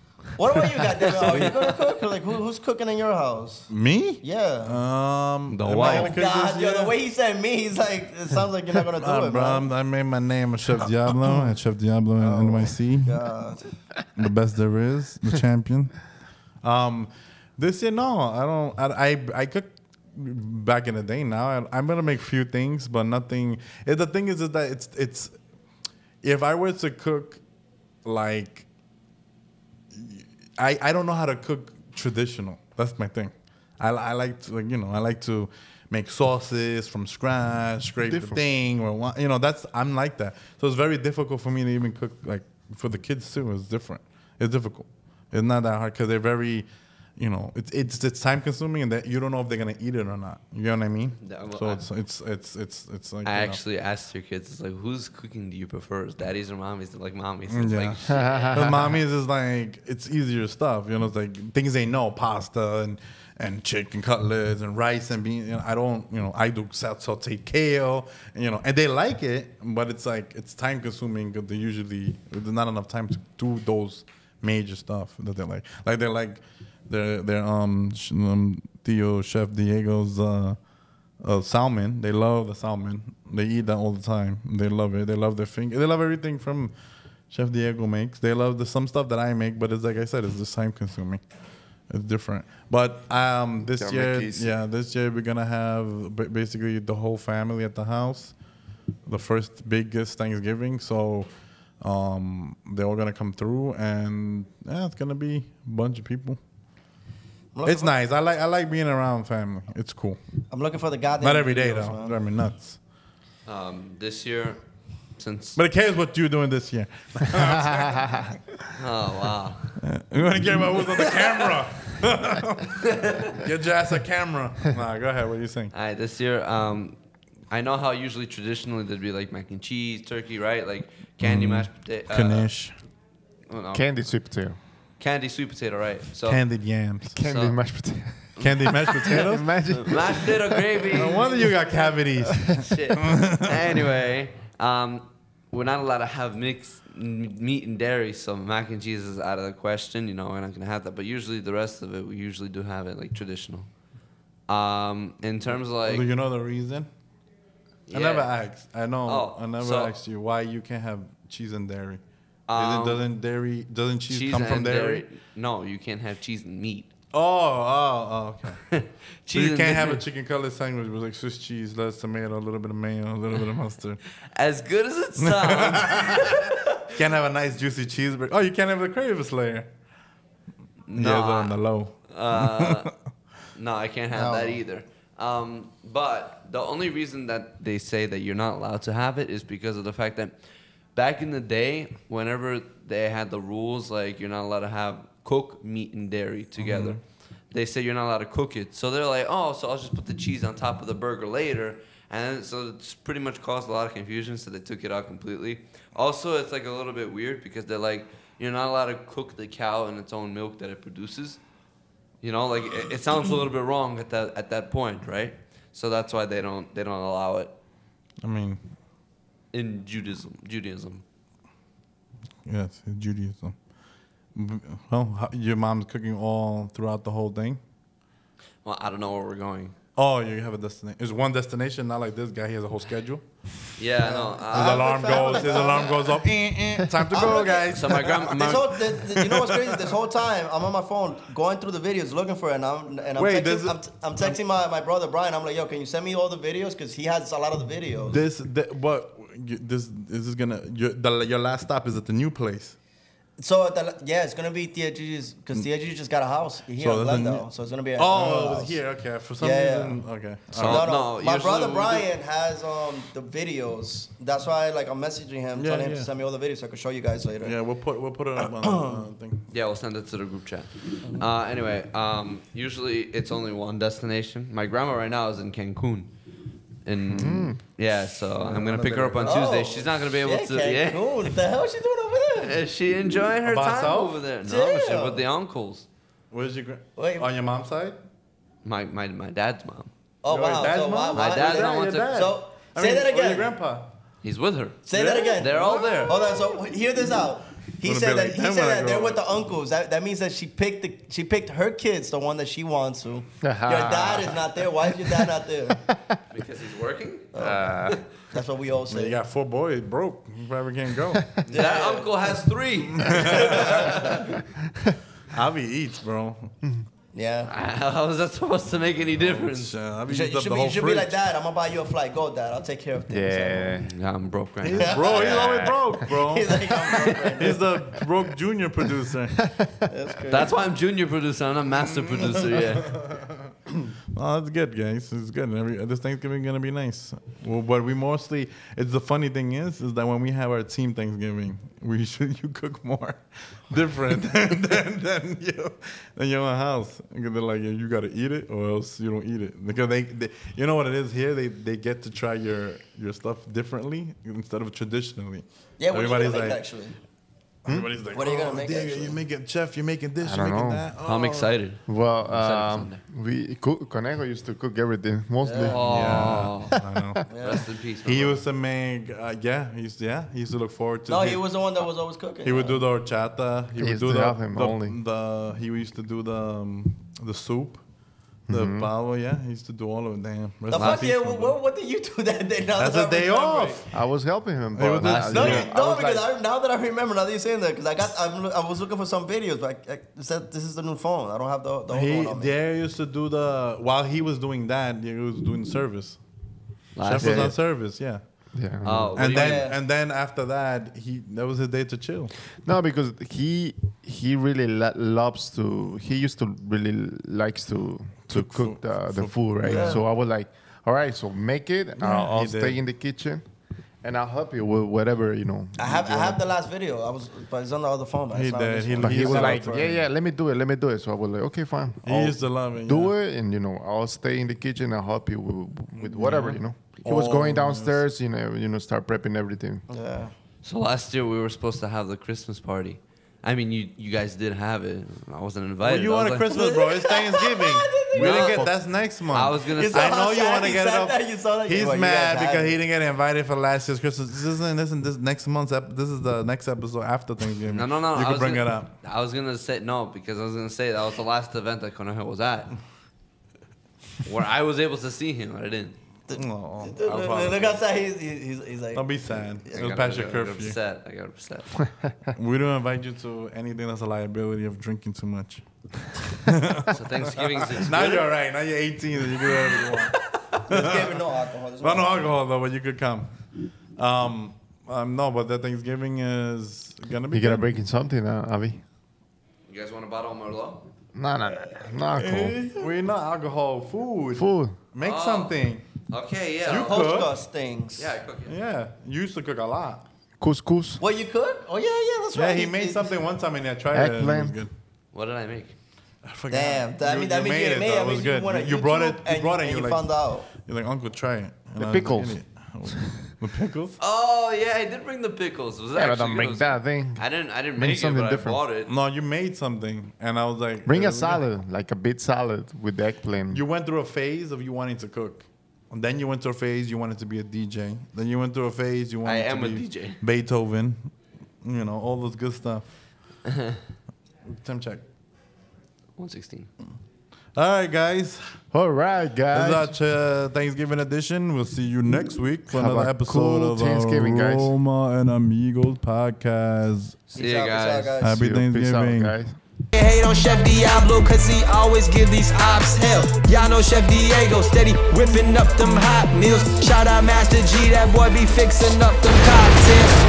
Speaker 3: What about you, goddamn? Are you gonna cook? Like, who, who's cooking in your house?
Speaker 1: Me?
Speaker 3: Yeah.
Speaker 1: Um,
Speaker 4: The
Speaker 1: am I
Speaker 4: wife.
Speaker 1: gonna
Speaker 3: oh
Speaker 1: cook
Speaker 3: God,
Speaker 1: this
Speaker 3: yo,
Speaker 1: year?
Speaker 3: the way he said me, he's like, it sounds like you're not gonna do
Speaker 1: Uh,
Speaker 3: it,
Speaker 1: bro, I'm-
Speaker 3: man.
Speaker 1: I made my name at Chef Diablo at Chef Diablo in NYC.
Speaker 3: God.
Speaker 1: the best there is, the champion. Um, this year, no, I don't. I I, I cook back in the day. Now I, I'm gonna make few things, but nothing. eh, the thing is, is that it's it's if I were to cook like I I don't know how to cook traditional. That's my thing. I, I like to like, you know I like to make sauces from scratch, scrape the
Speaker 2: Different.
Speaker 1: thing or what you know. That's I'm like that. So it's very difficult for me to even cook like for the kids too. It's different. It's difficult. It's not that hard because they're very. You know, it's it's it's time consuming, and that you don't know if they're gonna eat it or not. You know what I mean?
Speaker 4: Yeah, well,
Speaker 1: so
Speaker 4: I-
Speaker 1: it's it's it's it's it's like
Speaker 4: I
Speaker 1: you know.
Speaker 4: actually asked your kids, it's like, whose cooking do you prefer? Is daddy's or mommy's? They're like, mommy's. It's
Speaker 1: Yeah.
Speaker 4: like, shit.
Speaker 1: the mommies is like it's easier stuff, you know. It's like things they know, pasta and and chicken cutlets and rice and beans. You know, I don't, you know, I do sa- sauteed kale, you know, and they like it, but it's like it's time consuming. 'cause They usually there's not enough time to do those major stuff that they like. Like they like their their um, sh- um Theo Chef Diego's. uh uh, salmon. They love the salmon. They eat that all the time. They love it. They love their finger. They love everything from Chef Diego makes. They love the some stuff that I make, but it's like I said, it's just time consuming. It's different. But um, this
Speaker 6: Don't
Speaker 1: year,
Speaker 6: make it easy.
Speaker 1: yeah, this year we're gonna have ba- basically the whole family at the house. The first biggest Thanksgiving, so um, they're all gonna come through, and yeah, it's gonna be a bunch of people.
Speaker 3: I'm looking
Speaker 1: It's
Speaker 3: for-
Speaker 1: nice. I like I like being around family. It's cool.
Speaker 3: I'm looking for the goddamn.
Speaker 1: Not every day
Speaker 3: videos,
Speaker 1: though.
Speaker 3: man.
Speaker 1: Drive me nuts.
Speaker 4: um, this year, since.
Speaker 1: But it cares what you're doing this year.
Speaker 4: Oh, wow.
Speaker 1: We want to care about who's on the camera. Get your ass a camera. Nah, go ahead. What are you saying?
Speaker 4: All right, this year, um, I know how usually traditionally there'd be like mac and cheese, turkey, right? Like
Speaker 1: Mm.
Speaker 4: candy mashed uh, potato.
Speaker 2: Candy sweet potato.
Speaker 4: candy sweet potato, right? So
Speaker 1: Candied yams.
Speaker 2: Candy
Speaker 4: So-
Speaker 2: mashed potato.
Speaker 1: Candied mashed potatoes.
Speaker 2: Imagine.
Speaker 4: mashed potato gravy.
Speaker 1: No wonder you got cavities.
Speaker 4: Shit. anyway, um, we're not allowed to have mixed m- meat and dairy, so mac and cheese is out of the question. You know, we're not gonna have that. But usually, the rest of it, we usually do have it like traditional. Um, in terms of like,
Speaker 1: Do you know the reason?
Speaker 4: yeah,
Speaker 1: I never asked. I know.
Speaker 4: Oh,
Speaker 1: I never
Speaker 4: so-
Speaker 1: asked you why you can't have cheese and dairy. Is
Speaker 4: Um,
Speaker 1: it, doesn't dairy doesn't cheese, come from
Speaker 4: and
Speaker 1: dairy?
Speaker 4: No, you can't have cheese and meat.
Speaker 1: Oh, oh, oh, okay. So
Speaker 4: Cheese
Speaker 1: you
Speaker 4: and
Speaker 1: can't have a
Speaker 4: dairy-
Speaker 1: chicken cutlet sandwich with like Swiss cheese, lettuce, tomato, a little bit of mayo, a little bit of mustard.
Speaker 4: As good as it sounds,
Speaker 1: Can't have a nice juicy cheeseburger. Oh, you can't have the Kravis layer. No,
Speaker 4: Nah.
Speaker 1: on the low.
Speaker 4: uh, no, I can't
Speaker 3: No.
Speaker 4: have that either. Um, but the only reason that they say that you're not allowed to have it is because of the fact that back in the day, whenever they had the rules like you're not allowed to have cook meat and dairy together, they say you're not allowed to cook it. So they're like, oh, so I'll just put the cheese on top of the burger later. And so it's pretty much caused a lot of confusion, so they took it out completely. Also, it's like a little bit weird because they're like, you're not allowed to cook the cow in its own milk that it produces. You know, like it, it sounds a little bit wrong at that at that point, right? So that's why they don't they don't allow it
Speaker 1: I mean,
Speaker 4: in Judaism. Judaism.
Speaker 1: yes, Judaism. B- Well, how, your mom's cooking all throughout the whole thing.
Speaker 4: Well, I don't know where we're going.
Speaker 1: Oh, you have a destination. It's one destination, not like this guy. He has a whole schedule.
Speaker 4: Yeah, no.
Speaker 1: His
Speaker 4: Uh,
Speaker 1: alarm goes. His alarm goes off. Eh, eh, Time to go, guys.
Speaker 4: so my grandma.
Speaker 3: This whole, th th- you know what's crazy? This whole time, I'm on my phone going through the videos, looking for it, and I'm and I'm
Speaker 1: Wait, there's
Speaker 3: texting,
Speaker 1: a-
Speaker 3: I'm, t- I'm texting my, my brother Brian. I'm like, yo, can you send me all the videos? Because he has a lot of the videos.
Speaker 1: This, th- what? you- This, this is gonna. Your, the, your last stop is at the new place.
Speaker 3: so at the, yeah, it's gonna be Tia Gigi's because Tia Gigi just got a house here
Speaker 1: So
Speaker 3: in
Speaker 1: that's a
Speaker 3: Glendale,
Speaker 1: new-
Speaker 3: so it's gonna be. At her
Speaker 1: Oh, it was
Speaker 3: house.
Speaker 1: here. Okay, for some
Speaker 3: Yeah, yeah.
Speaker 1: reason. Okay.
Speaker 4: So-
Speaker 1: All
Speaker 3: No,
Speaker 1: right.
Speaker 3: no.
Speaker 4: No,
Speaker 3: My
Speaker 4: usually
Speaker 3: brother
Speaker 4: we do-
Speaker 3: Brian has um the videos. That's why like I'm messaging him,
Speaker 1: Yeah,
Speaker 3: telling him
Speaker 1: yeah.
Speaker 3: to send me all the videos so I could show you guys later.
Speaker 1: Yeah, we'll put we'll put it up on the uh, thing.
Speaker 4: yeah, we'll send it to the group chat. Uh, anyway, um, usually it's only one destination. My grandma right now is in Cancun. And yeah, so I'm gonna pick her up on Tuesday. She's not gonna be able
Speaker 3: Oh, shit,
Speaker 4: to. Yeah.
Speaker 3: Cancun. What the hell is she doing over there?
Speaker 4: Is she enjoying her
Speaker 1: By
Speaker 4: time
Speaker 1: herself?
Speaker 4: over there? No, she's
Speaker 3: Damn.
Speaker 4: with the uncles.
Speaker 1: Where's your gra-
Speaker 3: Wait.
Speaker 1: on your mom's side?
Speaker 4: My my my dad's mom.
Speaker 3: Oh
Speaker 1: Your
Speaker 3: wow.
Speaker 1: dad's
Speaker 3: so, why,
Speaker 1: mom?
Speaker 4: My
Speaker 3: why-
Speaker 4: dad's
Speaker 1: Your
Speaker 4: not one
Speaker 1: your
Speaker 4: to-
Speaker 1: dad.
Speaker 3: So
Speaker 1: I
Speaker 3: say
Speaker 1: mean,
Speaker 3: that
Speaker 1: or Your
Speaker 3: again.
Speaker 1: grandpa.
Speaker 4: He's with her.
Speaker 3: Say that again.
Speaker 4: They're all there.
Speaker 3: Hold on. So hear this out. He
Speaker 1: Wanna
Speaker 3: said
Speaker 1: be
Speaker 3: that
Speaker 1: like
Speaker 3: he
Speaker 1: them
Speaker 3: said
Speaker 1: when I
Speaker 3: that
Speaker 1: grow
Speaker 3: they're with
Speaker 1: up.
Speaker 3: the uncles. That, that means that she picked the she picked her kids, the one that she wants to. Your dad is not there. Why is your dad not there?
Speaker 4: because he's working.
Speaker 3: That's what we all
Speaker 1: You
Speaker 3: say.
Speaker 1: got four boys, broke. You probably can't go.
Speaker 4: That uncle has three.
Speaker 1: Avi eats, bro.
Speaker 3: Yeah.
Speaker 4: How is that supposed to make any difference?
Speaker 1: Shit, uh, Avi
Speaker 3: You
Speaker 1: eats
Speaker 3: should, you
Speaker 1: up
Speaker 3: should
Speaker 1: the
Speaker 3: be, you
Speaker 1: whole
Speaker 3: should be like
Speaker 1: fridge.
Speaker 3: dad. I'm gonna buy you a flight. Go, dad. I'll take care of things.
Speaker 2: Yeah.
Speaker 4: Yeah, I'm broke right now.
Speaker 1: Bro, he's always broke, bro.
Speaker 3: He's like, I'm broke right now.
Speaker 1: He's the broke junior producer.
Speaker 4: That's why I'm junior producer. I'm not master producer. Yeah.
Speaker 1: Oh, that's good, guys. It's good. Every, this Thanksgiving gonna be nice. Well, but we mostly. It's the funny thing is, is that when we have our team Thanksgiving, we should you cook more, different than than, than, you, than your own house. Because they're like, yeah, you gotta eat it, or else you don't eat it. Because they, they you know what it is here. They they get to try your your stuff differently instead of traditionally.
Speaker 3: Yeah, what are you gonna
Speaker 1: Everybody's
Speaker 3: make
Speaker 1: like-
Speaker 3: actually?
Speaker 1: Everybody's like,
Speaker 3: What are you gonna
Speaker 1: "Oh,
Speaker 3: make,
Speaker 1: Diego,
Speaker 3: actually?"
Speaker 1: you making chef. You're making this.
Speaker 2: I
Speaker 1: You're
Speaker 2: don't
Speaker 1: making
Speaker 2: know.
Speaker 1: that.
Speaker 4: I'm
Speaker 1: Oh.
Speaker 4: excited.
Speaker 2: Well,
Speaker 4: excited
Speaker 2: um, we cook, Conejo used to cook everything mostly.
Speaker 4: Oh,
Speaker 1: I know.
Speaker 4: rest in peace. my
Speaker 1: He
Speaker 4: brother.
Speaker 1: used to make, uh, yeah, he used to, yeah, he used to look forward to.
Speaker 3: No, he was the one that was always cooking.
Speaker 1: He would do the horchata. He,
Speaker 2: He
Speaker 1: would
Speaker 2: used
Speaker 1: do
Speaker 2: to
Speaker 1: the,
Speaker 2: have him
Speaker 1: the,
Speaker 2: only.
Speaker 1: the- He used to do the um, the soup, the
Speaker 2: Mm-hmm.
Speaker 1: pavo. Yeah, he used to do all of it. Damn.
Speaker 3: The fuck yeah, what, what, what did you do that day? Now
Speaker 1: That's
Speaker 3: that
Speaker 1: a
Speaker 3: I
Speaker 1: day
Speaker 3: remember
Speaker 1: off.
Speaker 2: I was helping him.
Speaker 1: They would
Speaker 2: But
Speaker 1: do
Speaker 2: I-
Speaker 1: stuff.
Speaker 3: it. No,
Speaker 1: Yeah.
Speaker 3: you,
Speaker 2: I
Speaker 3: no
Speaker 2: was
Speaker 3: because
Speaker 2: like-
Speaker 3: I, now that I remember, now that you're saying that, because I got, I'm, loo- I was looking for some videos, but I, I said this is the new phone. I don't have the, the old
Speaker 1: He
Speaker 3: one on me.
Speaker 1: there used to do the while he was doing that. He was doing service. Chef
Speaker 4: Last
Speaker 1: was
Speaker 2: year.
Speaker 1: on service. Yeah.
Speaker 2: Yeah.
Speaker 4: Oh,
Speaker 1: And then
Speaker 3: Yeah.
Speaker 1: and then after that, he that was his day to chill.
Speaker 2: No, because he he really lo- loves to. He used to really likes to to
Speaker 1: Cook
Speaker 2: cook
Speaker 1: food.
Speaker 2: the, the
Speaker 1: Food.
Speaker 2: food, right?
Speaker 3: Yeah.
Speaker 2: So I was like, all right, so make it. and
Speaker 1: he
Speaker 2: I'll, I'll stay
Speaker 1: did.
Speaker 2: in the kitchen, and I'll help you with whatever you know.
Speaker 3: I have I have the last video. I was, but it's on the other phone. man.
Speaker 1: He
Speaker 3: It's not on
Speaker 1: did.
Speaker 3: this
Speaker 1: He
Speaker 3: one.
Speaker 2: But he
Speaker 1: used
Speaker 2: was
Speaker 1: to
Speaker 2: like,
Speaker 1: love
Speaker 2: yeah, yeah, let me do it, let me do it. So I was like, okay, fine.
Speaker 1: He
Speaker 2: I'll
Speaker 1: used to love it.
Speaker 2: Oh. do
Speaker 1: yeah.
Speaker 2: it, and you know, I'll stay in the kitchen and help you with, with whatever you know. He was
Speaker 1: Oh,
Speaker 2: going
Speaker 1: yes.
Speaker 2: downstairs, you know, you know, start prepping everything.
Speaker 3: Yeah.
Speaker 4: So last year we were supposed to have the Christmas party. I mean, you you guys did have it. I wasn't
Speaker 1: Well,
Speaker 4: invited.
Speaker 1: you
Speaker 4: I
Speaker 1: want
Speaker 4: was
Speaker 1: a
Speaker 4: like-
Speaker 1: Christmas, bro? It's Thanksgiving. we
Speaker 4: No.
Speaker 1: didn't get that's next month.
Speaker 4: I was gonna
Speaker 3: You
Speaker 4: say.
Speaker 3: saw
Speaker 1: I
Speaker 3: how
Speaker 1: know you
Speaker 3: sad
Speaker 1: want to
Speaker 3: he
Speaker 1: get it
Speaker 3: said
Speaker 1: up.
Speaker 3: that? You saw that?
Speaker 1: He's
Speaker 3: Well, you
Speaker 1: mad
Speaker 3: guys had
Speaker 1: because
Speaker 3: it.
Speaker 1: he didn't get invited for last year's Christmas. This isn't, this isn't this next month's ep- This is the next episode after Thanksgiving.
Speaker 4: No, no, no.
Speaker 1: You
Speaker 4: I
Speaker 1: can
Speaker 4: was
Speaker 1: bring
Speaker 4: gonna,
Speaker 1: it up.
Speaker 4: I was gonna say no because I was gonna say that was the last event that Konoha was at, where I was able to see him. I didn't.
Speaker 1: Aw,
Speaker 3: Dude, Look look
Speaker 1: I'll
Speaker 3: outside. He's, he's, he's, he's like,
Speaker 1: Don't be sad.
Speaker 4: I
Speaker 1: It was
Speaker 4: got-
Speaker 1: past
Speaker 4: I
Speaker 1: your
Speaker 4: got- I got
Speaker 1: curfew.
Speaker 4: upset. I got upset.
Speaker 1: We don't invite you to anything that's a liability of drinking too much.
Speaker 4: so Thanksgiving's in
Speaker 1: Now
Speaker 4: Twitter.
Speaker 1: you're all right. Now you're 18. and you can do whatever you want.
Speaker 3: this gave me no alcohol. This
Speaker 1: Not
Speaker 3: one-
Speaker 1: no alcohol though, but you could come. Um, um, no, but the Thanksgiving is gonna be.
Speaker 2: You gotta
Speaker 1: good.
Speaker 2: break in something, uh, Avi.
Speaker 4: You guys want a bottle of Merlot?
Speaker 2: No, no, no, no, no, cool.
Speaker 1: We're not alcohol. Food.
Speaker 2: Food.
Speaker 1: Make
Speaker 4: Oh.
Speaker 1: something.
Speaker 4: Okay, yeah.
Speaker 1: You
Speaker 4: I'll-
Speaker 1: cook?
Speaker 3: Podcast things.
Speaker 4: Yeah, I cook it.
Speaker 1: Yeah, you used to cook a lot.
Speaker 2: Couscous.
Speaker 3: Well, you could? Oh, yeah, yeah, that's right.
Speaker 1: Yeah, he made something one time and I tried it. And it was
Speaker 2: Eggplant.
Speaker 1: good.
Speaker 4: What did I make?
Speaker 1: I forgot.
Speaker 3: Damn, that, I
Speaker 1: You-
Speaker 3: mean, that
Speaker 1: you
Speaker 3: means you
Speaker 1: made it.
Speaker 3: made
Speaker 1: though.
Speaker 3: I
Speaker 1: It
Speaker 3: mean,
Speaker 1: was
Speaker 3: you
Speaker 1: good.
Speaker 3: went on
Speaker 1: You brought
Speaker 3: YouTube
Speaker 1: it. You
Speaker 3: and
Speaker 1: brought it.
Speaker 3: and
Speaker 1: You're
Speaker 3: you
Speaker 1: like,
Speaker 3: found out.
Speaker 1: You're like, Uncle, try it. And I was
Speaker 2: The
Speaker 1: like,
Speaker 2: pickles.
Speaker 1: "Idiot." the pickles.
Speaker 4: Oh yeah, I did bring the pickles. Was that
Speaker 2: Yeah, but
Speaker 4: actually
Speaker 2: don't
Speaker 4: good?
Speaker 2: bring
Speaker 4: It was-
Speaker 2: that thing.
Speaker 4: I didn't. I didn't
Speaker 2: Bring
Speaker 4: make it,
Speaker 2: something
Speaker 4: but
Speaker 2: different.
Speaker 4: I bought it.
Speaker 1: No, you made something, and I was like,
Speaker 2: Bring
Speaker 1: "There
Speaker 2: a
Speaker 1: we go."
Speaker 2: salad, like a big salad with eggplant.
Speaker 1: You went through a phase of you wanting to cook. And then you went through a phase you wanted to be a DJ. Then you went through a phase you wanted
Speaker 4: I
Speaker 1: to
Speaker 4: am a
Speaker 1: be
Speaker 4: DJ.
Speaker 1: Beethoven. You know, all those good stuff. Time check.
Speaker 4: 116.
Speaker 1: All right, guys.
Speaker 2: All right,
Speaker 1: This is
Speaker 2: guys.
Speaker 1: our uh, Thanksgiving edition. We'll see you next week for
Speaker 2: Have
Speaker 1: another
Speaker 2: a
Speaker 1: episode
Speaker 2: cool
Speaker 1: of our
Speaker 2: Thanksgiving, guys.
Speaker 1: Roma and Amigos podcast.
Speaker 4: See
Speaker 3: Peace
Speaker 4: you
Speaker 3: out, peace out,
Speaker 4: guys.
Speaker 3: guys.
Speaker 1: Happy
Speaker 2: See you. Peace out,
Speaker 1: Thanksgiving.
Speaker 2: guys.
Speaker 6: Can't hate on Chef Diablo, cause he always give these ops hell. Y'all know Chef Diego, steady whipping up them hot meals. Shout out Master G, that boy be fixing up them cocktails.